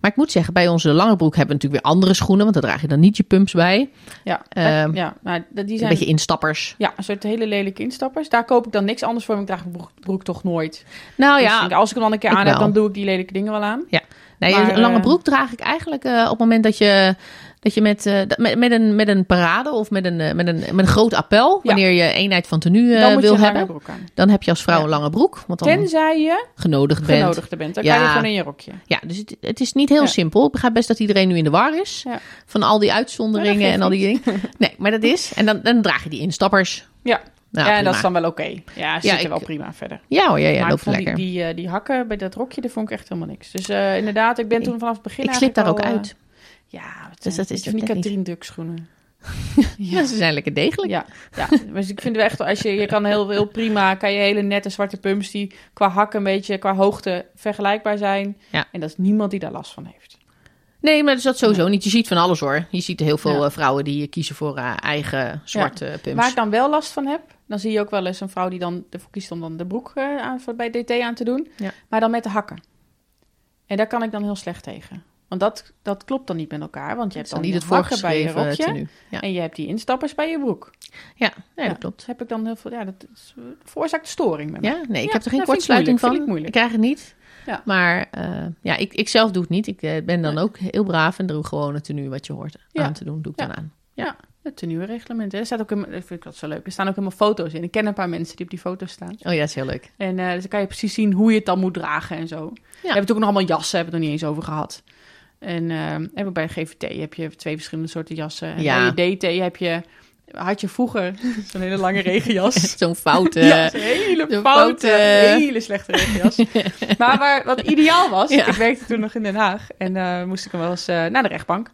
maar ik moet zeggen, bij onze lange broek hebben we natuurlijk weer andere schoenen, want daar draag je dan niet je pumps bij. Ja, Ehm, ja maar dat- die Een zijn beetje instappers. ja, een soort hele lelijke instappers. Daar koop ik dan niks anders voor, want ik draag mijn broek, broek toch nooit. Nou Dus ja, ik denk, als ik hem dan een keer ik aan heb, wel. dan doe ik die lelijke dingen wel aan. nee, maar, een lange eh, broek draag ik eigenlijk eh, op het moment dat je, dat je met, eh, dat- met, met, een, met een parade of met een, eh, met een, met een groot appel, Ja. wanneer je eenheid van tenue eh, Dan moet je wil een lange hebben, broek aan. dan heb je als vrouw Ja. een lange broek, want dan Tenzij je genodigd bent. genodigde bent. Dan Ja. kan je gewoon in je rokje. Ja, dus het, het is niet heel Ja. simpel. Ik begrijp best dat iedereen nu in de war is. Ja. Van al die uitzonderingen Ja, dat en al die dingen. Nee, maar dat is. En dan, dan draag je die instappers. Ja. Nou, ja, en prima. dat is dan wel oké. Ja, ze Ja, zitten ik- wel prima verder. Ja hoor, ja, ja, maar ik loopt vond lekker. Die, die, eh, die hakken bij dat rokje, daar vond ik echt helemaal niks. Dus eh, inderdaad, ik ben toen vanaf het begin ik slip eigenlijk daar ook al, eh, uit. Ja, het Dus zijn, dat dat is is dat van die net niet. Katrien Duk schoenen. Ja. ze zijn lekker degelijk. Ja, ja, dus ik vind wel echt, als je, je kan heel, heel prima, kan je hele nette zwarte pumps die qua hak een beetje, qua hoogte vergelijkbaar zijn. Ja. En dat is niemand die daar last van heeft. Nee, maar dat is dat sowieso niet. Je ziet van alles hoor. Je ziet heel veel Ja. eh, vrouwen die eh, kiezen voor eh, eigen zwarte pumps. Waar ik dan wel last van heb, dan zie je ook wel eens een vrouw die dan ervoor kiest om dan de broek eh, aan, voor, bij DT aan te doen. Ja. Maar dan met de hakken. En daar kan ik dan heel slecht tegen. Want dat, dat klopt dan niet met elkaar, want je Dat hebt is dan dan, niet je het hakken bij je voorgeschreven eh, rokje. tenue. Ja, En je hebt die instappers bij je broek. ja. Nee, Ja. dat klopt. heb ik dan heel veel. Ja, dat is- eh, veroorzaakt storing bij mij. Ja, nee, ik Ja, heb er geen dat vind ik moeilijk, kortsluiting van. vind ik moeilijk. krijg het niet. Ja. Maar eh, ja, ik, ik zelf doe het niet. Ik eh, ben dan Nee. ook heel braaf en doe gewoon het tenue wat je hoort Ja. aan te doen. Doe ik Ja. dan aan. Het tenuereglement. hè. Er staat ook helemaal, dat vind ik dat zo leuk. Er staan ook helemaal foto's in. Ik ken een paar mensen die op die foto's staan. Oh ja, is heel leuk. En eh, dus dan kan je precies zien hoe je het dan moet dragen en zo. We hebben natuurlijk nog allemaal jassen, hebben we het nog niet eens over gehad. ehm, En eh, hebben we bij GVT heb je twee verschillende soorten jassen. En Ja. bij je DT heb je Had je vroeger zo'n hele lange regenjas. Zo'n foute... Ja, zo'n hele de foute, foute- hele slechte regenjas. maar waar, wat ideaal was, Ja. ik werkte toen nog in Den Haag en eh, moest ik hem wel eens eh, naar de rechtbank.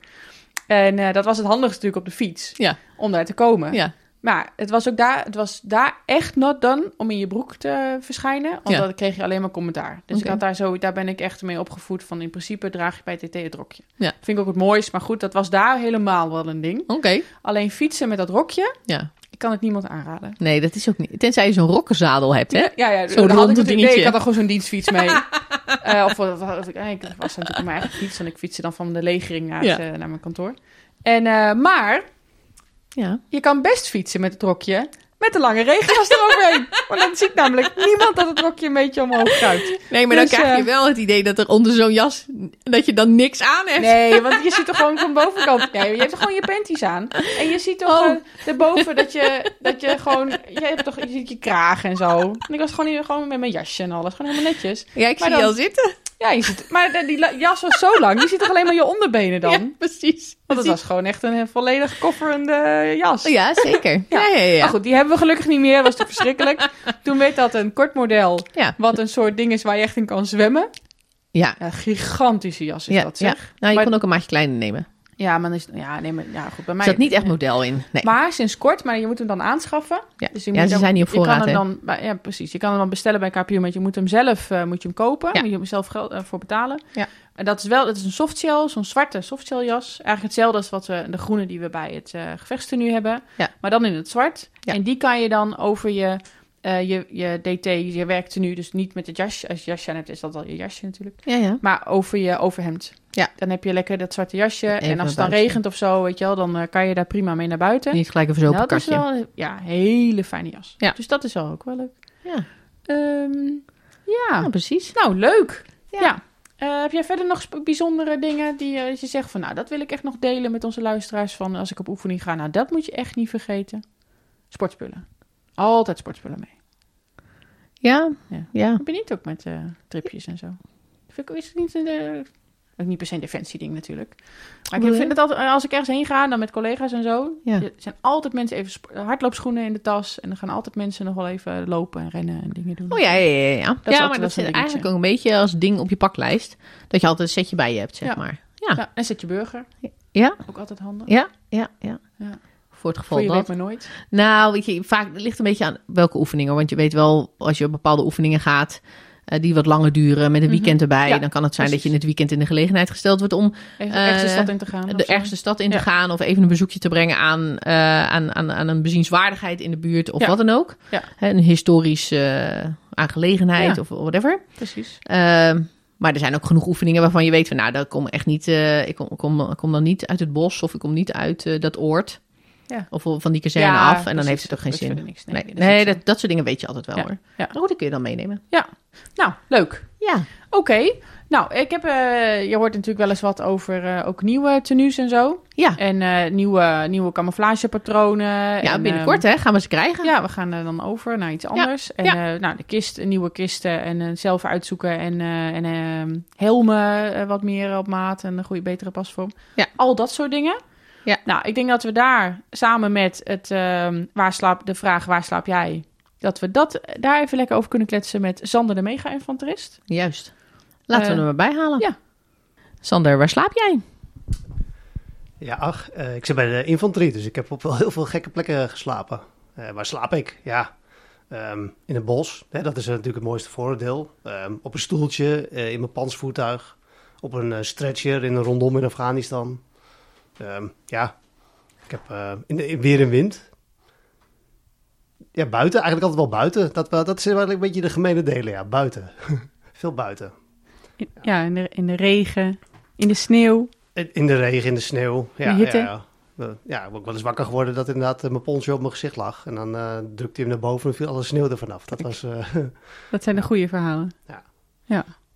En eh, dat was het handigste natuurlijk op de fiets, Ja. om daar te komen. ja. Maar het was ook daar, het was daar echt not done om in je broek te verschijnen. Want Ja. dan kreeg je alleen maar commentaar. Dus ik Oké. had daar zo, daar ben ik echt mee opgevoed van in principe draag je bij TT het rokje. Ja. Vind ik ook het mooist, maar goed, dat was daar helemaal wel een ding. Oké. Alleen fietsen met dat rokje, Ja. ik kan het niemand aanraden. Nee, dat is ook niet. Tenzij je zo'n rokkenzadel hebt, hè? Ja, ja, Zo'n dan had ik, ronde het idee, dingetje. ik had er gewoon zo'n dienstfiets mee. Eh, of, of, of- eh, ik was natuurlijk op mijn eigen fiets, en ik fietste dan van de legering naar, het, Ja. eh, naar mijn kantoor. En, eh, maar Ja. je kan best fietsen met het rokje. Met de lange regenjas eroverheen. Want dan ziet namelijk niemand dat het rokje een beetje omhoog kruipt. Nee, maar Dus, dan krijg je eh, wel het idee dat er onder zo'n jas... dat je dan niks aan hebt. Nee, want je ziet er gewoon van bovenkant. Nee, je hebt er gewoon je panties aan. En je ziet toch Oh. eh, daarboven dat je, dat je gewoon. Je, hebt toch, je ziet je kraag en zo. En ik was gewoon, hier, gewoon met mijn jasje en alles. Gewoon helemaal netjes. Ja, ik Maar dan- zie je al zitten. Ja, je ziet, maar de- die la- jas was zo lang. Je ziet toch alleen maar je onderbenen dan? Ja, precies. Want het was gewoon echt een eh, volledig kofferende jas. Oh Ja, zeker. ja, ja, ja. Maar goed, die hebben we gelukkig niet meer. Dat was toch verschrikkelijk. Toen werd dat een kort model. Ja. Wat een soort ding is waar je echt in kan zwemmen. Ja. Ja, gigantische jas is Ja, dat, ja. zeg. Nou, je Maar- kon ook een maatje kleiner nemen. Ja, maar dan is ja, nee, maar ja, goed, bij Er mij... zat niet echt model in. Nee. Maar sinds kort, maar je moet hem dan aanschaffen. ja. Dus je Ja, moet ze hem- zijn niet op Je voorraad, kan hè? hem dan, maar ja, precies. Je kan hem dan bestellen bij KPU, maar je moet hem zelf eh, moet je hem kopen. Ja. Moet je hem zelf geld eh, voor betalen. Ja. En dat is wel, dat is een softshell, zo'n zwarte softshell jas. Eigenlijk hetzelfde als wat we, de groene die we bij het eh gevechtstenu hebben. Ja. Maar dan in het zwart. Ja. En die kan je dan over je, eh, je, je DT, je werktenu, dus niet met het jasje. Als je jasje aan hebt, is dat al je jasje natuurlijk. Ja, ja. Maar over je overhemd. Ja. Dan heb je lekker dat zwarte jasje. en naar als het dan buiten. regent of zo, weet je wel, dan eh, kan je daar prima mee naar buiten. Niet gelijk een verzopen Nou, dat is kastje. wel een ja, hele fijne jas. Ja. Dus dat is wel ook wel leuk. Ja. Ehm, ja. Ja, precies. Nou, leuk. Ja. Ja. Eh, heb jij verder nog sp- bijzondere dingen die eh, dat je zegt van, nou, dat wil ik echt nog delen met onze luisteraars van als ik op oefening ga. Nou, dat moet je echt niet vergeten. Sportspullen. Altijd sportspullen mee. Ja, Ja. ja. Heb je niet ook met eh, tripjes en zo? Vind ik, is het niet een... eh, ook niet per se een defensieding natuurlijk. Maar ik Bedoel je? vind het altijd, eh, als ik ergens heen ga, dan met collega's en zo. Ja. Er zijn altijd mensen even sp- hardloopschoenen in de tas. En dan gaan altijd mensen nog wel even lopen en rennen en dingen doen. Oh ja, ja, ja. ja. is ja, altijd wel maar dat zo'n zit dingetje. eigenlijk ook een beetje als ding op je paklijst. Dat je altijd een setje bij je hebt, zeg Ja. maar. Ja, en zet je burger. Ja. Ook altijd handig. Ja, ja, ja. Ja. Voor Voor het geval je weet dat. maar nooit. Nou, weet je, vaak het ligt een beetje aan welke oefeningen. Want je weet wel, als je op bepaalde oefeningen gaat... eh, die wat langer duren, met een Mhm. weekend erbij... Ja, dan kan het zijn dat precies. je in het weekend in de gelegenheid gesteld wordt... om Even Eh, ergens de stad in te gaan. of de zo. ergste stad in te Ja. gaan of even een bezoekje te brengen aan, eh, aan, aan, aan een bezienswaardigheid in de buurt of Ja. wat dan ook. Ja. Hè, Een historische eh, aangelegenheid Ja. of whatever. Precies. Ehm, maar er zijn ook genoeg oefeningen waarvan je weet van nou, dat kom echt niet, eh, ik, kom, ik kom, ik kom dan niet uit het bos of ik kom niet uit eh, dat oord. Ja. Of van die kazerne Ja, af en dan precies. heeft het ook geen Dat zin. doet verder niks. Nee, Nee, dat nee, is ook zo. dat, dat soort dingen weet je altijd wel Ja. hoor. Ja. Maar goed, die kun je dan meenemen. Nou, leuk. Ja, Oké. Nou, ik heb, eh, je hoort natuurlijk wel eens wat over eh, ook nieuwe tenues en zo. ja. En eh, nieuwe, nieuwe camouflagepatronen. ja en, binnenkort hè, gaan we ze krijgen. ehm, ja, we gaan er dan over naar iets anders. En eh, nou, de kist, nieuwe kisten en eh, zelf uitzoeken. En, eh, en ehm, helmen eh, wat meer op maat en een goede, betere pasvorm. Ja. Al dat soort dingen. Ja. Nou, ik denk dat we daar samen met het, ehm, waar slaap, de vraag waar slaap jij... dat we dat daar even lekker over kunnen kletsen met Sander de mega-infanterist. Juist. Laten Eh, we hem erbij halen. ja. Sander, waar slaap jij? Ja, ach, eh, ik zit bij de infanterie, dus ik heb op wel heel veel gekke plekken geslapen. Eh, waar slaap ik? Ja, ehm, in het bos. Hè, dat is eh, natuurlijk het mooiste voordeel. Ehm, op een stoeltje, eh, in mijn pantsvoertuig. Op een eh, stretcher in een rondom in Afghanistan. Ehm, ja, ik heb eh, in, in weer en wind. Ja, buiten. Eigenlijk altijd wel buiten. Dat, wel- dat is eigenlijk een beetje de gemene delen, ja. Buiten. veel buiten. In- ja, in de, in de regen, in de sneeuw. In in de regen, in de sneeuw. Ja, De hitte. Ja, ja. Eh, ja, ik ben ook wel eens wakker geworden dat inderdaad eh, mijn poncho op mijn gezicht lag. En dan eh, drukte hij hem naar boven en viel alle sneeuw er vanaf. Dat was, eh, Dat zijn de goede verhalen.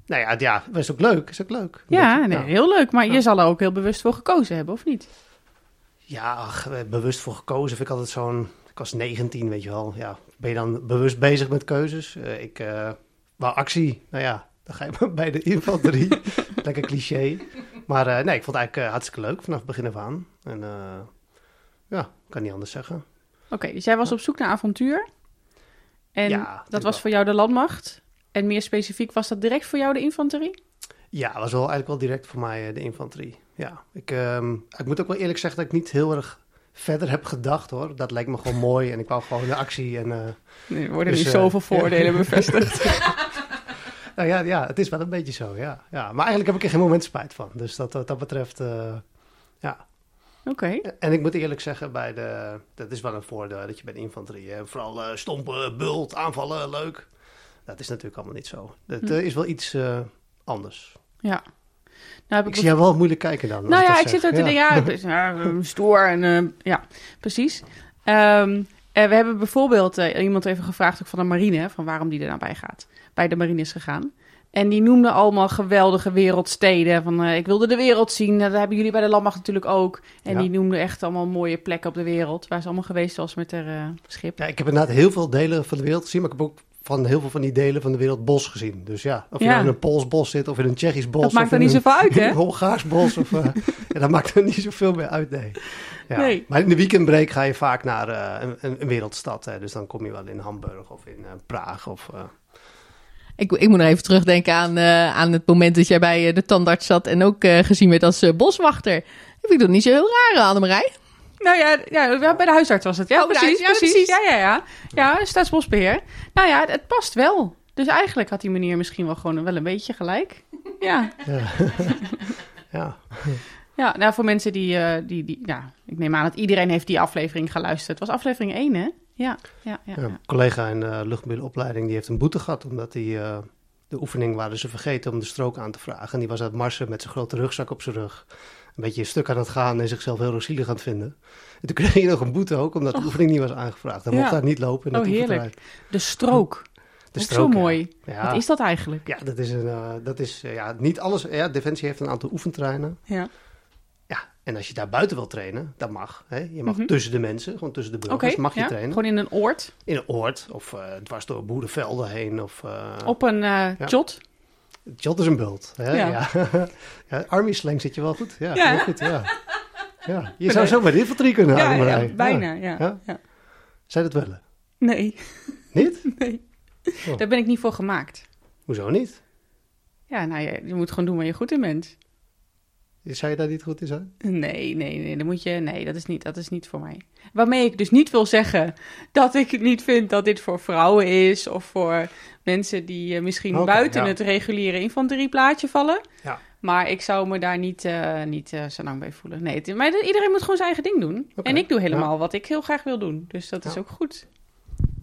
nou ja, ja, was ook leuk. Is ook leuk. Ja, Dat- nee, nou, heel leuk. Maar je Ja. zal er ook heel bewust voor gekozen hebben, of niet? ja ach, eh, bewust voor gekozen vind ik altijd zo'n... Ik was 19, weet je wel. Ja, ben je dan bewust bezig met keuzes? Eh, ik eh wou actie. Nou ja, dan ga je maar bij de infanterie. Lekker cliché. Maar eh, nee, ik vond het eigenlijk eh, hartstikke leuk vanaf het begin af aan. En eh, Ja, kan niet anders zeggen. Oké, dus jij was op zoek naar avontuur. En Ja, dat natuurlijk was wel. voor jou de landmacht. En meer specifiek, was dat direct voor jou de infanterie? Ja, was wel eigenlijk wel direct voor mij eh, de infanterie. Ja, ik, ehm, ik moet ook wel eerlijk zeggen dat ik niet heel erg verder heb gedacht hoor. Dat lijkt me gewoon mooi en ik wou gewoon de actie. En, eh, Nu worden Dus, er eh, zoveel ja. voordelen bevestigd. nou ja, ja, het is wel een beetje zo, ja. ja. Maar eigenlijk heb ik er geen moment spijt van. Dus dat, wat dat betreft, eh, ja. Oké. nou En ik moet eerlijk zeggen, bij de, dat is wel een voordeel dat je bij de infanterie... eh, vooral eh, stompen, bult, aanvallen, leuk. Dat is natuurlijk allemaal niet zo. Dat eh, is wel iets eh, anders. Hm. Ja. Nou, heb Ik ik zie jou wel moeilijk kijken dan. als Nou ja, dat ik zeg. zit ook te denken, ja, ik ben- ja, eh, stoer en eh, ja, precies. Ehm, eh, we hebben bijvoorbeeld eh, iemand even gevraagd ook van de marine, hè, van waarom die er nou bij gaat, bij de marine is gegaan. En die noemde allemaal geweldige wereldsteden. Van eh, ik wilde de wereld zien. Nou, Dat hebben jullie bij de landmacht natuurlijk ook. En Ja. die noemde echt allemaal mooie plekken op de wereld. Waar ze allemaal geweest was met haar eh, schip. Ja, ik heb inderdaad heel veel delen van de wereld gezien, maar ik heb ook van heel veel van die delen van de wereld bos gezien. Dus ja, of je Ja. nou in een Pools bos zit, of in een Tsjechisch bos, dat maakt of er in niet een, zoveel uit, hè? een Hongaars bos, of, eh, ja, dat maakt er niet zoveel meer uit, nee. Ja. Nee. Maar in de weekendbreak ga je vaak naar eh, een, een, een wereldstad, hè. dus dan kom je wel in Hamburg of in eh, Praag. Of, eh, Ik, ik moet nog even terugdenken aan, eh, aan het moment dat jij bij eh, de tandarts zat en ook eh, gezien werd als eh, boswachter. Dat vind ik dat niet zo heel raar, Annemarij. Nou ja, ja, bij de huisarts was het. Ja, Oh, bij de precies, huisarts, ja, precies. Ja, precies. ja, ja. Ja, staatsbosbeheer. Nou ja, het, het past wel. Dus eigenlijk had die meneer misschien wel gewoon wel een beetje gelijk. Ja, eh, ja. ja nou voor mensen die, eh, die, die... Ja, ik neem aan dat iedereen heeft die aflevering geluisterd. Het was aflevering 1, hè? Ja, ja, ja. Ja, ja. Een collega in de luchtmiddelenopleiding die heeft een boete gehad omdat hij eh, de oefening waren ze vergeten om de strook aan te vragen. En die was aan het marsen met zijn grote rugzak op zijn rug. Een beetje een stuk aan het gaan en zichzelf heel erg zielig aan het vinden. En toen kreeg hij nog een boete ook omdat de oefening niet was aangevraagd. Hij Oh. Ja. mocht daar niet lopen in het Oh, heerlijk. oefenterrein. De strook. De De strook, strook, ja. zo mooi. Ja. Wat is dat eigenlijk? Ja, dat is, een, eh, dat is eh, ja, niet alles. Ja, Defensie heeft een aantal oefenterreinen. Ja. Ja, en als je daar buiten wil trainen, dat mag. Hè? Je mag Mhm. tussen de mensen, gewoon tussen de Oké, burgers, mag je ja. trainen. gewoon in een oord. In een oord of eh, dwars door boerenvelden heen. Of, eh, Op een eh jot. Jot is een bult. Hè? Ja. Ja. Ja. army slang zit je wel goed. Ja, Ja. heel goed. Ja. Ja. Je zou zo maar de infanterie kunnen Ja, halen. ja, Marij. bijna, ja. Ja. ja. Zij dat willen. Nee, Niet? nee. Oh. Daar ben ik niet voor gemaakt. Hoezo niet? Ja, nou, je, je moet gewoon doen waar je goed in bent. Zou je daar niet goed in zijn? Nee, nee, nee, dat moet je. Nee, dat is niet, dat is niet voor mij. Waarmee ik dus niet wil zeggen dat ik niet vind dat dit voor vrouwen is of voor mensen die eh, misschien Oké, buiten ja. het reguliere infanterieplaatje vallen. Ja. Maar ik zou me daar niet, eh, niet eh, zo lang bij voelen. Nee, het- maar iedereen moet gewoon zijn eigen ding doen. Oké, En ik doe helemaal wat ik heel graag wil doen. Dus dat is ook goed.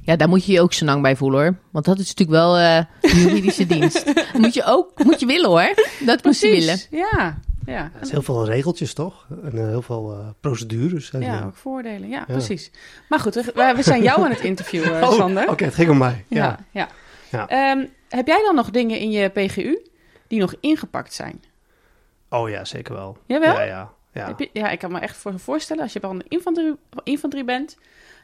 Ja, daar moet je je ook zo lang bij voelen hoor. Want dat is natuurlijk wel eh, juridische dienst. Dat moet je ook moet je willen hoor. Dat moet je willen. Ja, ja. Er zijn heel veel regeltjes toch? En eh, heel veel eh, procedures. En, Ja, eh, ook voordelen. Ja, precies. Maar goed, we, we- we zijn jou aan het interviewen, oh, Sander. Oké, het ging om mij. Ja. Ja, ja. Ehm, heb jij dan nog dingen in je PGU die nog ingepakt zijn? Oh ja, zeker wel. Jawel? Ja, ja. ja. Heb je- ja, ik kan me echt voor voorstellen, als je van de infanterie, infanterie bent,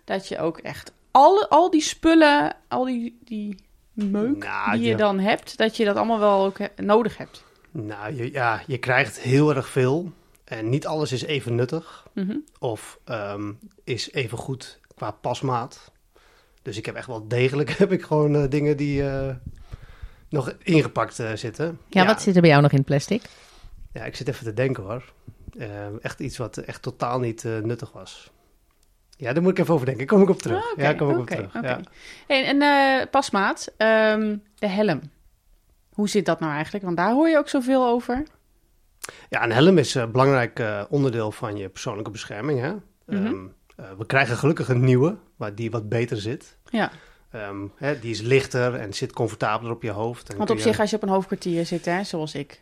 dat je ook echt alle, al die spullen, al die, die meuk Nou, die je ja. dan hebt, dat je dat allemaal wel ook he- nodig hebt. Nou je, ja, je krijgt heel erg veel. En niet alles is even nuttig. Mhm. of ehm, is even goed qua pasmaat. Dus ik heb echt wel degelijk heb ik gewoon eh, dingen die eh, nog ingepakt eh, zitten. Ja, wat zit er bij jou nog in plastic? ja, ik zit even te denken hoor. Eh, echt iets wat echt totaal niet eh, nuttig was. Ja, daar moet ik even over denken. Kom ik op terug. Ah, oké, ja, kom ik oké, op terug. oké. Ja. Hey, en eh, pasmaat, ehm, de helm. Hoe zit dat nou eigenlijk? Want daar hoor je ook zoveel over. Ja, een helm is eh, een belangrijk eh, onderdeel van je persoonlijke bescherming. Hè? Mhm. Ehm, eh, we krijgen gelukkig een nieuwe, waar die wat beter zit. Ja, Ehm, hè, die is lichter en zit comfortabeler op je hoofd. En want kun op je- zich als je op een hoofdkwartier zit, hè, zoals ik.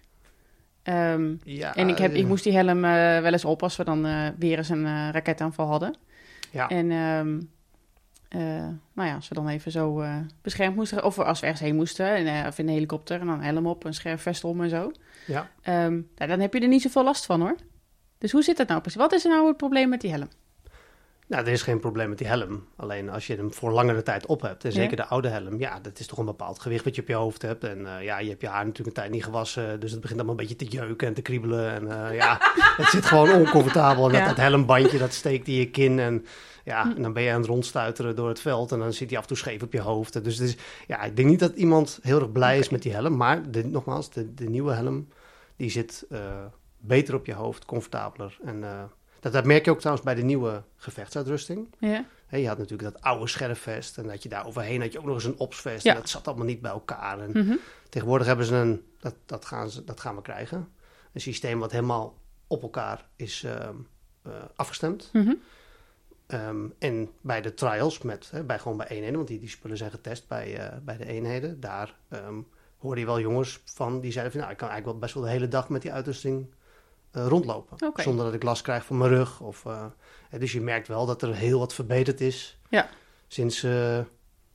Ehm, Ja, En ik, heb, ik eh, moest die helm eh, wel eens op als we dan eh, weer eens een eh, raketaanval hadden. Ja. En ehm, eh, nou ja, als we dan even zo eh, beschermd moesten, of als we ergens heen moesten, en, eh, of in een helikopter, en dan een helm op, een scherp vest om en zo. Ja. Ehm, nou, dan heb je er niet zoveel last van hoor. Dus hoe zit dat nou precies? Wat is er nou het probleem met die helm? Nou, er is geen probleem met die helm. Alleen als je hem voor langere tijd op hebt, en Ja. zeker de oude helm, ja, dat is toch een bepaald gewicht wat je op je hoofd hebt. En eh, ja, je hebt je haar natuurlijk een tijd niet gewassen, dus het begint allemaal een beetje te jeuken en te kriebelen. En eh, ja, het zit gewoon oncomfortabel. En dat, Ja. Hm. dat helmbandje, dat steekt in je kin en ja, en dan ben je aan het rondstuiteren door het veld en dan zit hij af en toe scheef op je hoofd. En Dus het is, ja, ik denk niet dat iemand heel erg blij is met die helm, maar de, nogmaals, de, de nieuwe helm, die zit eh, beter op je hoofd, comfortabeler. En eh, dat, dat merk je ook trouwens bij de nieuwe gevechtsuitrusting. Ja. Hè, je had natuurlijk dat oude scherfvest en dat je daar overheen had je ook nog eens een opsvest. Ja. En dat zat allemaal niet bij elkaar. En Mhm. Tegenwoordig hebben ze een, dat, dat, gaan ze, dat gaan we krijgen, een systeem wat helemaal op elkaar is ehm, eh, afgestemd. Mhm. Ehm, en bij de trials, met, hè, bij, gewoon bij eenheden, want die, die spullen zijn getest bij, eh, bij de eenheden, daar ehm hoorde je wel jongens van die zeiden van, nou, ik kan eigenlijk wel best wel de hele dag met die uitrusting eh, rondlopen. Oké. Zonder dat ik last krijg van mijn rug. Of, eh, hè, dus je merkt wel dat er heel wat verbeterd is Ja. sinds, eh,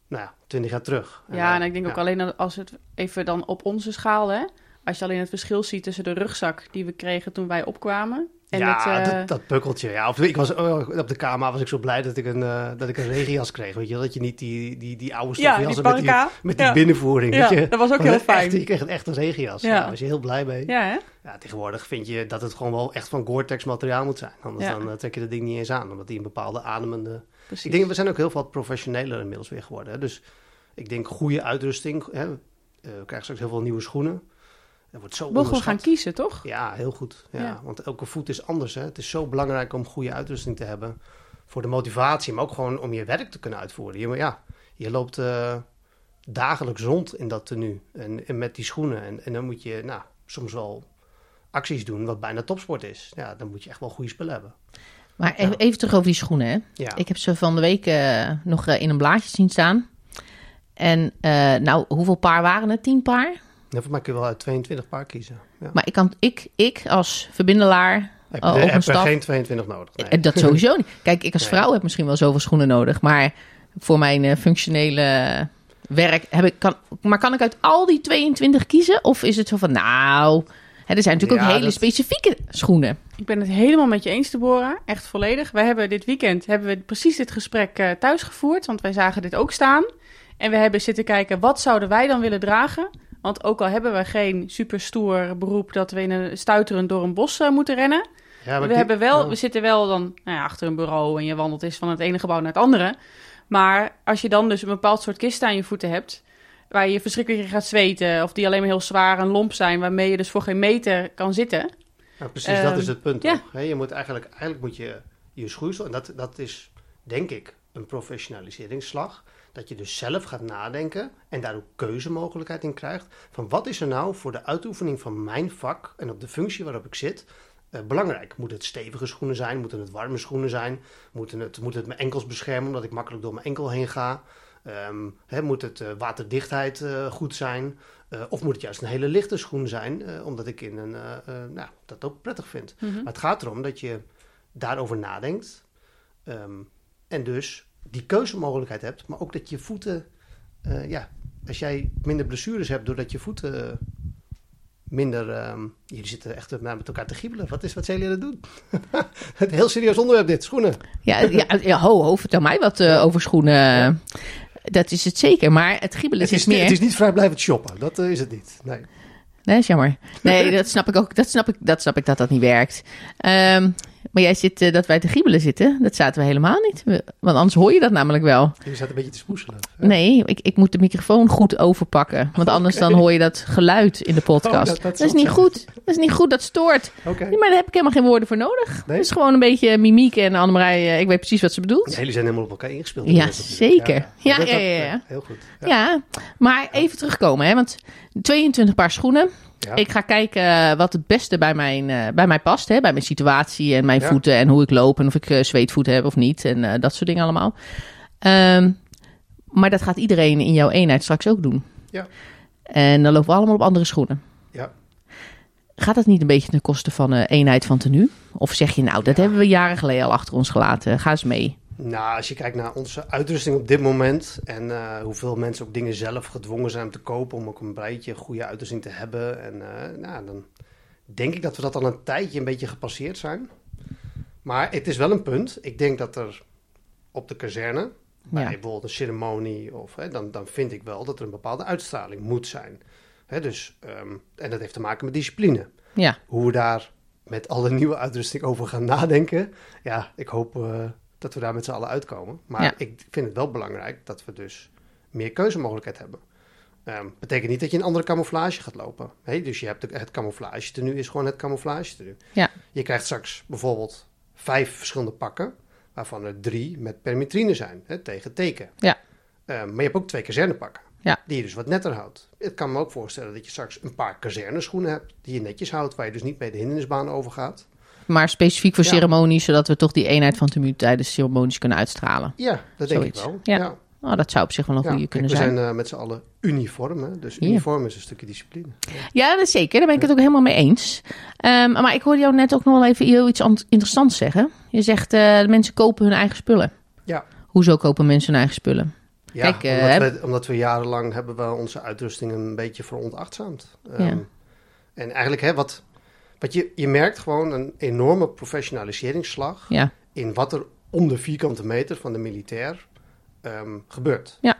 nou ja, twintig jaar terug. Ja, eh, en ik denk ook ja. alleen als het even dan op onze schaal, hè. Als je alleen het verschil ziet tussen de rugzak die we kregen toen wij opkwamen. En ja, het, eh, dat, dat pukkeltje. Ja, of, ik was, oh, op de KMA was ik zo blij dat ik een, eh, dat ik een regenjas kreeg. Weet je, wel, dat je niet die, die, die oude Ja, stofjassen die met die, parka. met die Ja. binnenvoering. Ja, weet je. dat was ook Want heel een echte- fijn. je kreeg een echte regenjas. Ja. Ja. daar was je heel blij mee. Ja. Ja, hè? tegenwoordig vind je dat het gewoon wel echt van Gore-Tex materiaal moet zijn. Anders Ja. dan, eh, trek je dat ding niet eens aan. Omdat die een bepaalde ademende Precies. ik denk, we zijn ook heel wat professioneler inmiddels weer geworden. Hè? Dus ik denk goede uitrusting. Hè? Eh, we krijgen straks heel veel nieuwe schoenen. Dat wordt zo Mogen we gaan onderschat. kiezen, toch? Ja, heel goed. Ja, Ja. Want elke voet is anders. Hè? Het is zo belangrijk om goede uitrusting te hebben. Voor de motivatie, maar ook gewoon om je werk te kunnen uitvoeren. Je, ja, je loopt eh, dagelijks rond in dat tenue. En, en met die schoenen. En, en dan moet je nou, soms wel acties doen wat bijna topsport is. Ja, dan moet je echt wel goede spullen hebben. Maar e- even terug over die schoenen, hè. Ja. Ik heb ze van de week eh, nog eh, in een blaadje zien staan. En eh, nou, hoeveel paar waren het? Tien paar? En Volgens mij kun je wel uit 22 paar kiezen. Ja. Maar ik, kan, ik, ik als verbindelaar, Heb je, Oh, ook de- heb een je staf? geen 22 nodig? Nee. eh, dat sowieso niet. Kijk, ik als Nee. vrouw heb misschien wel zoveel schoenen nodig. Maar voor mijn eh, functionele werk heb ik... Kan, maar kan ik uit al die 22 kiezen? Of is het zo van, nou... Hè, er zijn natuurlijk Ja, ook hele dat- specifieke schoenen. Ik ben het helemaal met je eens, Deborah. Echt volledig. We hebben dit weekend hebben we precies dit gesprek eh, thuis gevoerd. Want wij zagen dit ook staan. En we hebben zitten kijken, wat zouden wij dan willen dragen? Want ook al hebben we geen superstoer beroep dat we in een stuiterend door een bos eh, moeten rennen. Ja, maar oh. we, die- hebben wel, ja. we zitten wel dan nou ja, achter een bureau en je wandelt eens van het ene gebouw naar het andere. Maar als je dan dus een bepaald soort kisten aan je voeten hebt, waar je verschrikkelijk in gaat zweten, of die alleen maar heel zwaar en lomp zijn, waarmee je dus voor geen meter kan zitten. Ja, precies, dat is het punt. ja. toch? Hè, Je moet eigenlijk, eigenlijk moet je je schoeisel, en dat, dat is denk ik een professionaliseringsslag, dat je dus zelf gaat nadenken en daar ook keuzemogelijkheid in krijgt van wat is er nou voor de uitoefening van mijn vak en op de functie waarop ik zit eh, belangrijk. Moeten het stevige schoenen zijn? Moeten het warme schoenen zijn? Moeten het, moet het mijn enkels beschermen omdat ik makkelijk door mijn enkel heen ga? Ehm, hè, moet het eh, waterdichtheid eh, goed zijn? Eh, of moet het juist een hele lichte schoen zijn, eh, omdat ik in een, eh, eh, nou, dat ook prettig vind. Mhm. Maar het gaat erom dat je daarover nadenkt ehm, en dus die keuzemogelijkheid hebt, maar ook dat je voeten, eh, ja, als jij minder blessures hebt doordat je voeten eh, minder, ehm, jullie zitten echt met met elkaar te giebelen. Wat is wat zijn jullie aan het doen? het heel serieus onderwerp dit, schoenen. Ja, ja, ja ho, ho, vertel mij wat eh, over schoenen. Dat is het zeker, maar het giebelen Het is, is meer... het is niet vrijblijvend shoppen, dat eh, is het niet. Nee. Nee, is jammer. Nee, dat snap ik ook. Dat snap ik dat, snap ik, dat, dat niet werkt. Ehm, maar jij zit eh, dat wij te giebelen zitten. Dat zaten we helemaal niet. We- want anders hoor je dat namelijk wel. Jullie zaten een beetje te smoeselen. Nee, ik, ik moet de microfoon goed overpakken. Want anders dan hoor je dat geluid in de podcast. Oh, dat- dat, dat is zal niet zijn. goed. Dat is niet goed. Dat stoort. Oké. Nee, maar daar heb ik helemaal geen woorden voor nodig. Het Nee? is gewoon een beetje mimiek en Annemarij. eh, Ik weet precies wat ze bedoelt. Nee, jullie zijn helemaal op elkaar ingespeeld. Ja, Dat is natuurlijk- zeker. Ja, Dat- ja, dat- ja, ja. Heel goed. Ja, maar even terugkomen, hè, want 22 paar schoenen. Ja. Ik ga kijken eh, wat het beste bij, mijn, eh, bij mij past, hè, bij mijn situatie en mijn Ja. voeten en hoe ik loop en of ik eh, zweetvoeten heb of niet en eh, dat soort dingen allemaal. Ehm, maar dat gaat iedereen in jouw eenheid straks ook doen. Ja. En dan lopen we allemaal op andere schoenen. Ja. Gaat dat niet een beetje ten koste van eh eenheid van tenue? Of zeg je nou, dat Ja. hebben we jaren geleden al achter ons gelaten. Ga eens mee. Nou, als je kijkt naar onze uitrusting op dit moment en eh, hoeveel mensen ook dingen zelf gedwongen zijn om te kopen om ook een breitje goede uitrusting te hebben. En eh, nou, dan denk ik dat we dat al een tijdje een beetje gepasseerd zijn. Maar het is wel een punt. Ik denk dat er op de kazerne, bij Ja. bijvoorbeeld een ceremonie, of, hè, dan, dan vind ik wel dat er een bepaalde uitstraling moet zijn. Hè, dus, ehm, en dat heeft te maken met discipline. Ja. Hoe we daar met alle nieuwe uitrusting over gaan nadenken, ja, ik hoop eh, dat we daar met z'n allen uitkomen. Maar Ja. ik vind het wel belangrijk dat we dus meer keuzemogelijkheid hebben. Ehm, betekent niet dat je een andere camouflage gaat lopen. Hè, dus je hebt de- het camouflage tenue is gewoon het camouflage tenue. Ja. Je krijgt straks bijvoorbeeld vijf verschillende pakken, waarvan er drie met permitrine zijn, hè, tegen teken. Ja. Ehm, maar je hebt ook twee kazernepakken, Ja. die je dus wat netter houdt. Ik kan me ook voorstellen dat je straks een paar kazerneschoenen hebt, die je netjes houdt, waar je dus niet mee de hindernisbaan overgaat. Maar specifiek voor Ja. ceremonies, zodat we toch die eenheid van tenue tijdens ceremonies kunnen uitstralen. Ja, dat denk Zoiets. ik wel. Ja. Nou, dat zou op zich wel een Ja. goede Kijk, kunnen we zijn. zijn eh, met z'n allen uniform, hè? dus Ja. uniform is een stukje discipline. Ja, dat is zeker. Daar ben ik het ook helemaal mee eens. Ehm, maar ik hoorde jou net ook nog wel even heel iets ant- interessants zeggen. Je zegt, eh, de mensen kopen hun eigen spullen. Ja. Hoezo kopen mensen hun eigen spullen? Ja, Kijk, eh, omdat, we, omdat we jarenlang hebben we onze uitrusting een beetje verontachtzaamd. Ehm, Ja. En eigenlijk, hè, wat, wat je, je merkt gewoon een enorme professionaliseringsslag Ja, in wat er om de vierkante meter van de militair ehm, gebeurt. Ja.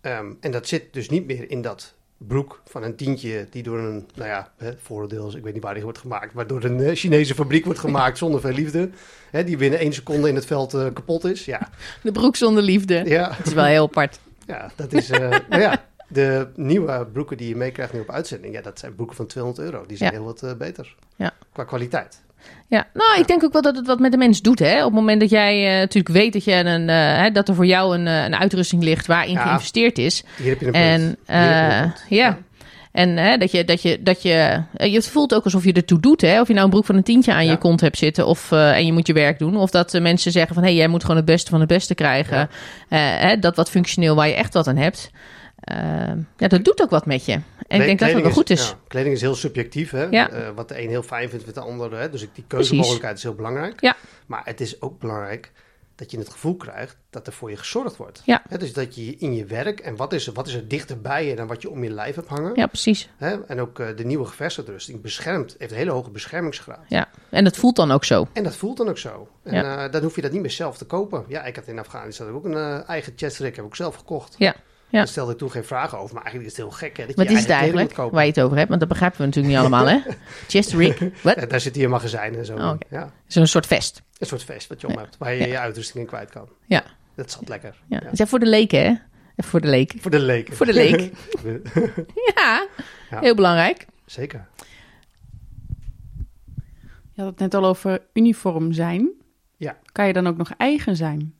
Ehm, en dat zit dus niet meer in dat broek van een tientje die door een, nou ja, hè, vooroordeels, ik weet niet waar die wordt gemaakt, maar door een eh, Chinese fabriek wordt gemaakt zonder veel liefde. Hè, die binnen één seconde in het veld eh, kapot is. Ja, de broek zonder liefde. ja. Het is wel heel apart. Ja, dat is. eh, nou ja, de nieuwe broeken die je meekrijgt nu op uitzending, ja, dat zijn broeken van 200 euro. Die zijn Ja. heel wat eh, beter. Ja. Qua kwaliteit. Ja, nou, ik denk ook wel dat het wat met de mens doet. Hè? Op het moment dat jij eh, natuurlijk weet dat, je een, eh, hè, dat er voor jou een, eh, een uitrusting ligt waarin Ja. geïnvesteerd is. Hier heb je een punt. En Hier heb je eh, een punt. ja. En hè, dat je, dat je, dat je, eh, je voelt ook alsof je ertoe doet. Hè? Of je nou een broek van een tientje aan Ja. je kont hebt zitten. Of, eh, en je moet je werk doen. Of dat eh, mensen zeggen van, hé, jij moet gewoon het beste van het beste krijgen. Ja. Eh, hè, dat wat functioneel waar je echt wat aan hebt. Eh, ja, dat doet ook wat met je. En ik Kle- denk dat dat kleding wel goed is. ja, kleding is heel subjectief, hè? Ja. Eh, wat de een heel fijn vindt met de ander. Hè? Dus ik- die keuzemogelijkheid is heel belangrijk. Ja. Maar het is ook belangrijk dat je het gevoel krijgt dat er voor je gezorgd wordt. Ja. Hè, dus dat je in je werk en wat is, er- wat is er dichter bij je dan wat je om je lijf hebt hangen. ja, precies. Hè? En ook eh, de nieuwe gevestigdrusting beschermt, heeft een hele hoge beschermingsgraad. Ja. En dat voelt dan ook zo. En dat voelt dan ook zo. En eh, dan hoef je dat niet meer zelf te kopen. Ja, ik had in Afghanistan ook een eh, eigen chestrick, heb ik zelf gekocht. Ja, ja. Daar stelde ik toen geen vragen over, maar eigenlijk is het heel gek hè, dat Wat je is je het eigen kleding eigenlijk moet kopen. waar je het over hebt? Want dat begrijpen we natuurlijk niet allemaal, hè? Chest rig. Wat? Ja, daar zit hier een magazijn en zo. Oh, oké. Ja, Zo'n soort vest. een soort vest wat je om Ja. hebt, waar je je uitrusting in kwijt kan. Ja. Dat zat lekker. Ja. Ja. Dat is even voor de leken, hè? Even voor de leken. Voor de leken. Voor de leek. Ja, Ja. heel belangrijk. Zeker. Je had het net al over uniform zijn. Ja. Kan je dan ook nog eigen zijn?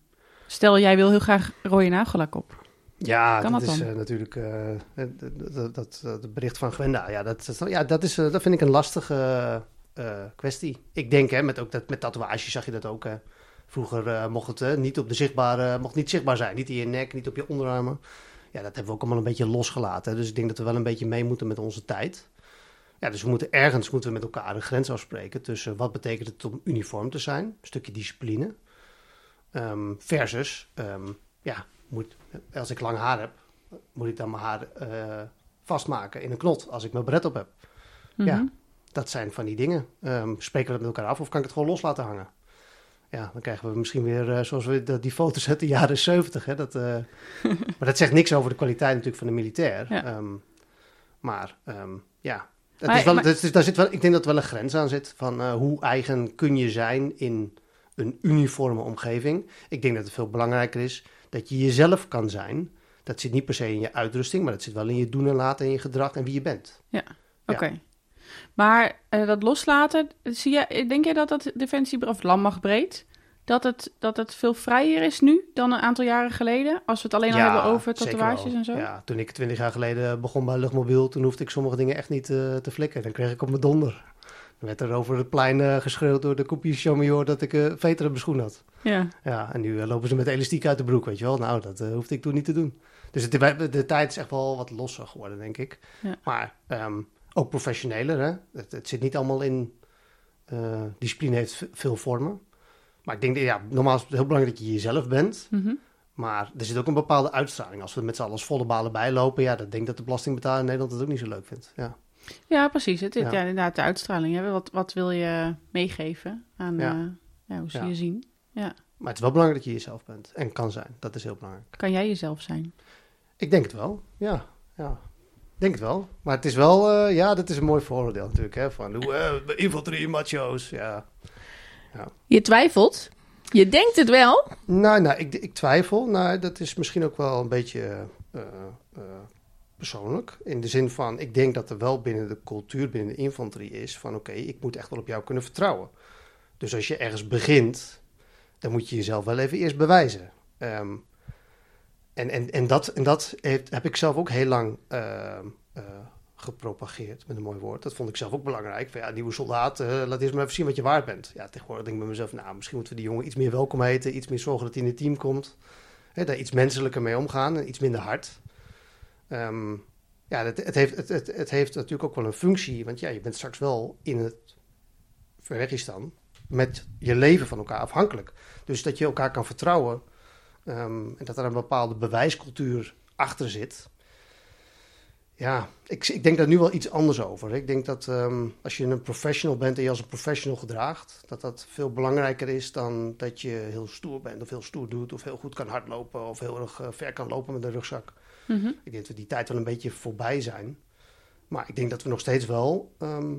Stel, jij wil heel graag rode nagellak op. Ja, Kan dat dat is dan? eh, natuurlijk eh, dat, dat, dat, dat bericht van Gwenda. Ja, dat, dat- ja, dat, is, eh, dat vind ik een lastige eh, kwestie. Ik denk, hè, met, ook dat, met tatoeages zag je dat ook. Hè. Vroeger eh, mocht het eh, niet op de zichtbare, mocht niet zichtbaar zijn. Niet in je nek, niet op je onderarmen. Ja, dat hebben we ook allemaal een beetje losgelaten. hè. Dus ik denk dat we wel een beetje mee moeten met onze tijd. Ja, dus we moeten ergens moeten we met elkaar een grens afspreken tussen wat betekent het om uniform te zijn, een stukje discipline, ehm, versus ehm, ja, moet, als ik lang haar heb, moet ik dan mijn haar eh, vastmaken in een knot als ik mijn bret op heb. Ja, dat zijn van die dingen. Ehm, spreken we dat met elkaar af of kan ik het gewoon los laten hangen? Ja, dan krijgen we misschien weer, eh, zoals we dat, die foto's uit de jaren zeventig. eh, maar dat zegt niks over de kwaliteit natuurlijk van de militair. Ja. Ehm, maar ehm, ja, het Maar- is wel, maar- het is- daar zit wel, ik denk dat er wel een grens aan zit van eh, hoe eigen kun je zijn in een uniforme omgeving. Ik denk dat het veel belangrijker is dat je jezelf kan zijn. Dat zit niet per se in je uitrusting, maar dat zit wel in je doen en laten en je gedrag en wie je bent. Ja. Oké. Maar eh, dat loslaten, zie je, eh, denk jij dat dat Defensiebureau, of Landmacht breed, dat het, dat het veel vrijer is nu dan een aantal jaren geleden? Als we het alleen al hebben over zeker tatoeages wel. en zo? Ja, toen ik twintig jaar geleden begon bij Luchtmobiel, toen hoefde ik sommige dingen echt niet eh, te flikken. Dan kreeg ik op mijn donder. Dan werd er over het plein eh, geschreeuwd door de kopie Chamior dat ik eh veter op mijn schoen had. Ja. Ja, en nu eh, lopen ze met elastiek uit de broek, weet je wel. Nou, dat eh, hoefde ik toen niet te doen. Dus het, de, de tijd is echt wel wat losser geworden, denk ik. Ja. Maar ehm, ook professioneler, hè. Het, het zit niet allemaal in... eh, discipline heeft ve- veel vormen. Maar ik denk, dat, ja, normaal is het heel belangrijk dat je jezelf bent. Mhm. Maar er zit ook een bepaalde uitstraling. Als we met z'n allen als volle balen bijlopen... ja, dan denk ik dat de belastingbetaler in Nederland dat ook niet zo leuk vindt. Ja. ja, precies. Het, het- Ja. ja. inderdaad, de uitstraling. Hè? Wat, wat wil je meegeven aan, Ja. eh, ja, hoe ze Ja. je zien? Ja. Maar het is wel belangrijk dat je jezelf bent en kan zijn. Dat is heel belangrijk. Kan jij jezelf zijn? Ik denk het wel, ja. ja. Ik denk het wel. Maar het is wel, eh, ja, dat is een mooi vooroordeel natuurlijk. Hè, van hoe, eh, infanterie, macho's, ja. Je twijfelt. Je denkt het wel. Nou, nou ik, ik twijfel. Nou, dat is misschien ook wel een beetje eh, eh, persoonlijk. In de zin van, ik denk dat er wel binnen de cultuur, binnen de infanterie is... van oké, ik moet echt wel op jou kunnen vertrouwen. Dus als je ergens begint, dan moet je jezelf wel even eerst bewijzen. Ehm, en, en, en dat, en dat heeft, heb ik zelf ook heel lang ehm, eh, gepropageerd, met een mooi woord. Dat vond ik zelf ook belangrijk. Van, ja, nieuwe soldaat, eh, laat eerst maar even zien wat je waard bent. Ja, tegenwoordig denk ik bij mezelf, nou, misschien moeten we die jongen iets meer welkom heten. Iets meer zorgen dat hij in het team komt. Hè, daar iets menselijker mee omgaan en iets minder hard. Ehm, ja, het, het, heeft, het, het, het heeft natuurlijk ook wel een functie. Want ja, je bent straks wel in het Verregistan met je leven van elkaar afhankelijk. Dus dat je elkaar kan vertrouwen ehm, en dat er een bepaalde bewijscultuur achter zit. Ja, ik, ik denk daar nu wel iets anders over. Ik denk dat ehm, als je een professional bent en je als een professional gedraagt, dat dat veel belangrijker is dan dat je heel stoer bent of heel stoer doet of heel goed kan hardlopen of heel erg eh, ver kan lopen met een rugzak. Mhm. Ik denk dat we die tijd wel een beetje voorbij zijn. Maar ik denk dat we nog steeds wel. ehm,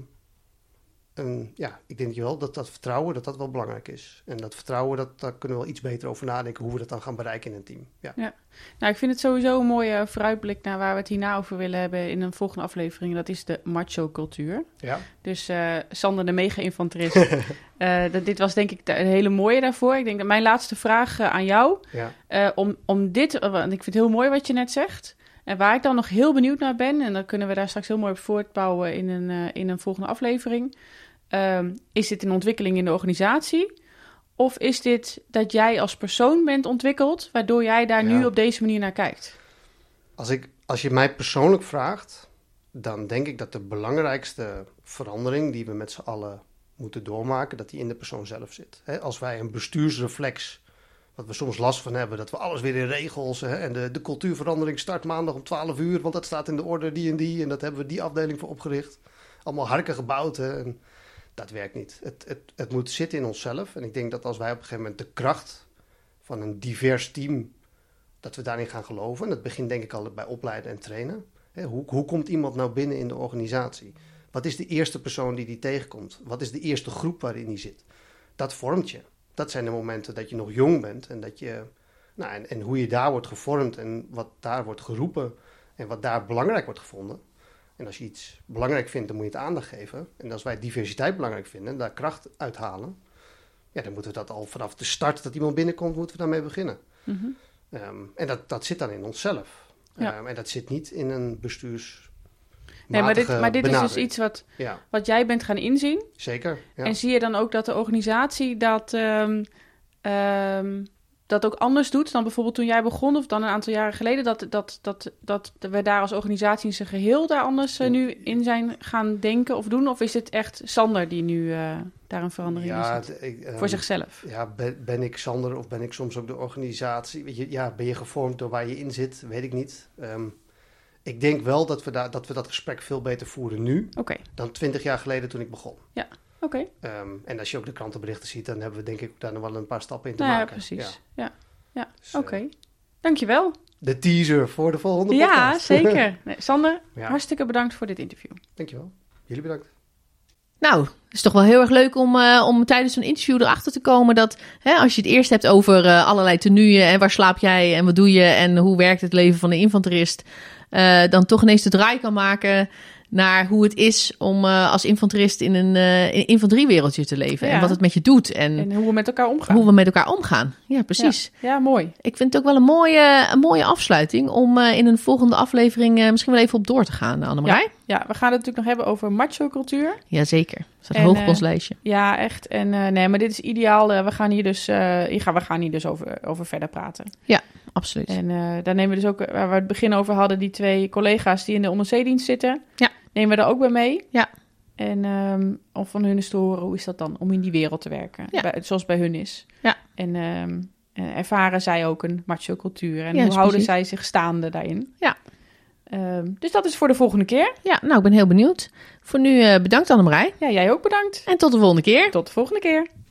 een, ja, ik denk wel dat dat vertrouwen dat dat wel belangrijk is. En dat vertrouwen, dat, daar kunnen we wel iets beter over nadenken hoe we dat dan gaan bereiken in een team. Ja. Nou, ik vind het sowieso een mooie vooruitblik naar waar we het hierna over willen hebben in een volgende aflevering. Dat is de macho-cultuur. Ja. Dus eh, Sander, de mega-infanterist. Eh, dat- dit was denk ik de- een hele mooie daarvoor. Ik denk dat mijn laatste vraag eh, aan jou. ja. eh, om, om dit, eh, want ik vind het heel mooi wat je net zegt. En waar ik dan nog heel benieuwd naar ben, en dan kunnen we daar straks heel mooi op voortbouwen in een, eh, in een volgende aflevering. ehm, is dit een ontwikkeling in de organisatie? Of is dit dat jij als persoon bent ontwikkeld, waardoor jij daar nu Ja. op deze manier naar kijkt? Als, ik, als je mij persoonlijk vraagt, dan denk ik dat de belangrijkste verandering die we met z'n allen moeten doormaken, dat die in de persoon zelf zit. Hè, als wij een bestuursreflex, wat we soms last van hebben, dat we alles weer in regels hè, en de, de cultuurverandering start maandag om 12 uur, want dat staat in de orde die en die en dat hebben we die afdeling voor opgericht. Allemaal harken gebouwd hè, en dat werkt niet. Het, het, het moet zitten in onszelf en ik denk dat als wij op een gegeven moment de kracht van een divers team dat we daarin gaan geloven. En dat begint denk ik al bij opleiden en trainen. Hè, hoe, hoe komt iemand nou binnen in de organisatie? Wat is de eerste persoon die die tegenkomt? Wat is de eerste groep waarin die zit? Dat vormt je. Dat zijn de momenten dat je nog jong bent en, dat je, nou, en, en hoe je daar wordt gevormd en wat daar wordt geroepen en wat daar belangrijk wordt gevonden. En als je iets belangrijk vindt, dan moet je het aandacht geven. En als wij diversiteit belangrijk vinden en daar kracht uithalen, ja, dan moeten we dat al vanaf de start dat iemand binnenkomt, moeten we daarmee beginnen. Mhm. Ehm, en dat, dat zit dan in onszelf. Ja. Ehm, en dat zit niet in een bestuurs. Nee, maar dit, maar dit is dus benadering. iets wat, Ja, wat jij bent gaan inzien. zeker. Ja. En zie je dan ook dat de organisatie dat, ehm, ehm, dat ook anders doet dan bijvoorbeeld toen jij begon of dan een aantal jaren geleden? Dat, dat, dat, dat we daar als organisatie in zijn geheel daar anders eh, nu in zijn gaan denken of doen? Of is het echt Sander die nu eh, daar een verandering in ja, ziet? d- ik, ehm, Voor zichzelf. Ja, ben, ben ik Sander of ben ik soms ook de organisatie? Weet je, ja, ben je gevormd door waar je in zit? Weet ik niet. Ehm, ik denk wel dat we, daar dat we dat gesprek veel beter voeren nu Oké, dan twintig jaar geleden toen ik begon. oké. Ehm, en als je ook de krantenberichten ziet, dan hebben we denk ik daar nog wel een paar stappen in te Nou ja, maken. precies. Ja, ja. dus, eh, oké. Dankjewel. De teaser voor de volgende Ja, podcast. zeker. Nee, Sander, Ja. hartstikke bedankt voor dit interview. Dankjewel. Jullie bedankt. Nou, het is toch wel heel erg leuk om, eh, om tijdens zo'n interview erachter te komen dat hè, als je het eerst hebt over eh, allerlei tenuën en waar slaap jij en wat doe je en hoe werkt het leven van een infanterist, eh, dan toch ineens de draai kan maken naar hoe het is om eh, als infanterist in een eh, in- infanteriewereldje te leven Ja. en wat het met je doet Mm. en, En hoe we met elkaar omgaan. hoe we met elkaar omgaan. Ja, precies. Ja, mooi. Ik vind het ook wel een mooie, een mooie afsluiting om eh, in een volgende aflevering eh, misschien wel even op door te gaan, Annemarij. Ja, we gaan het natuurlijk nog hebben over macho-cultuur. Jazeker, dat staat En, hoog op eh, ons lijstje. Ja, echt. En eh, nee, maar dit is ideaal. Eh, we gaan hier dus, eh, hier gaan, we gaan hier dus over, over verder praten. Absoluut. En eh, daar nemen we dus ook, eh, waar we het begin over hadden, die twee collega's die in de onderzeedienst zitten. Ja. Nemen we daar ook bij mee. Ja. En ehm, om van hun eens te horen, hoe is dat dan om in die wereld te werken? Ja. Bij- zoals bij hun is. Ja. En ehm, eh, ervaren zij ook een macho cultuur? En Ja, hoe dus houden precies. zij zich staande daarin? Ja. Ehm, dus dat is voor de volgende keer. Ja, nou, ik ben heel benieuwd. Voor nu eh, bedankt Annemarij. Ja, jij ook bedankt. En tot de volgende keer. Tot de volgende keer.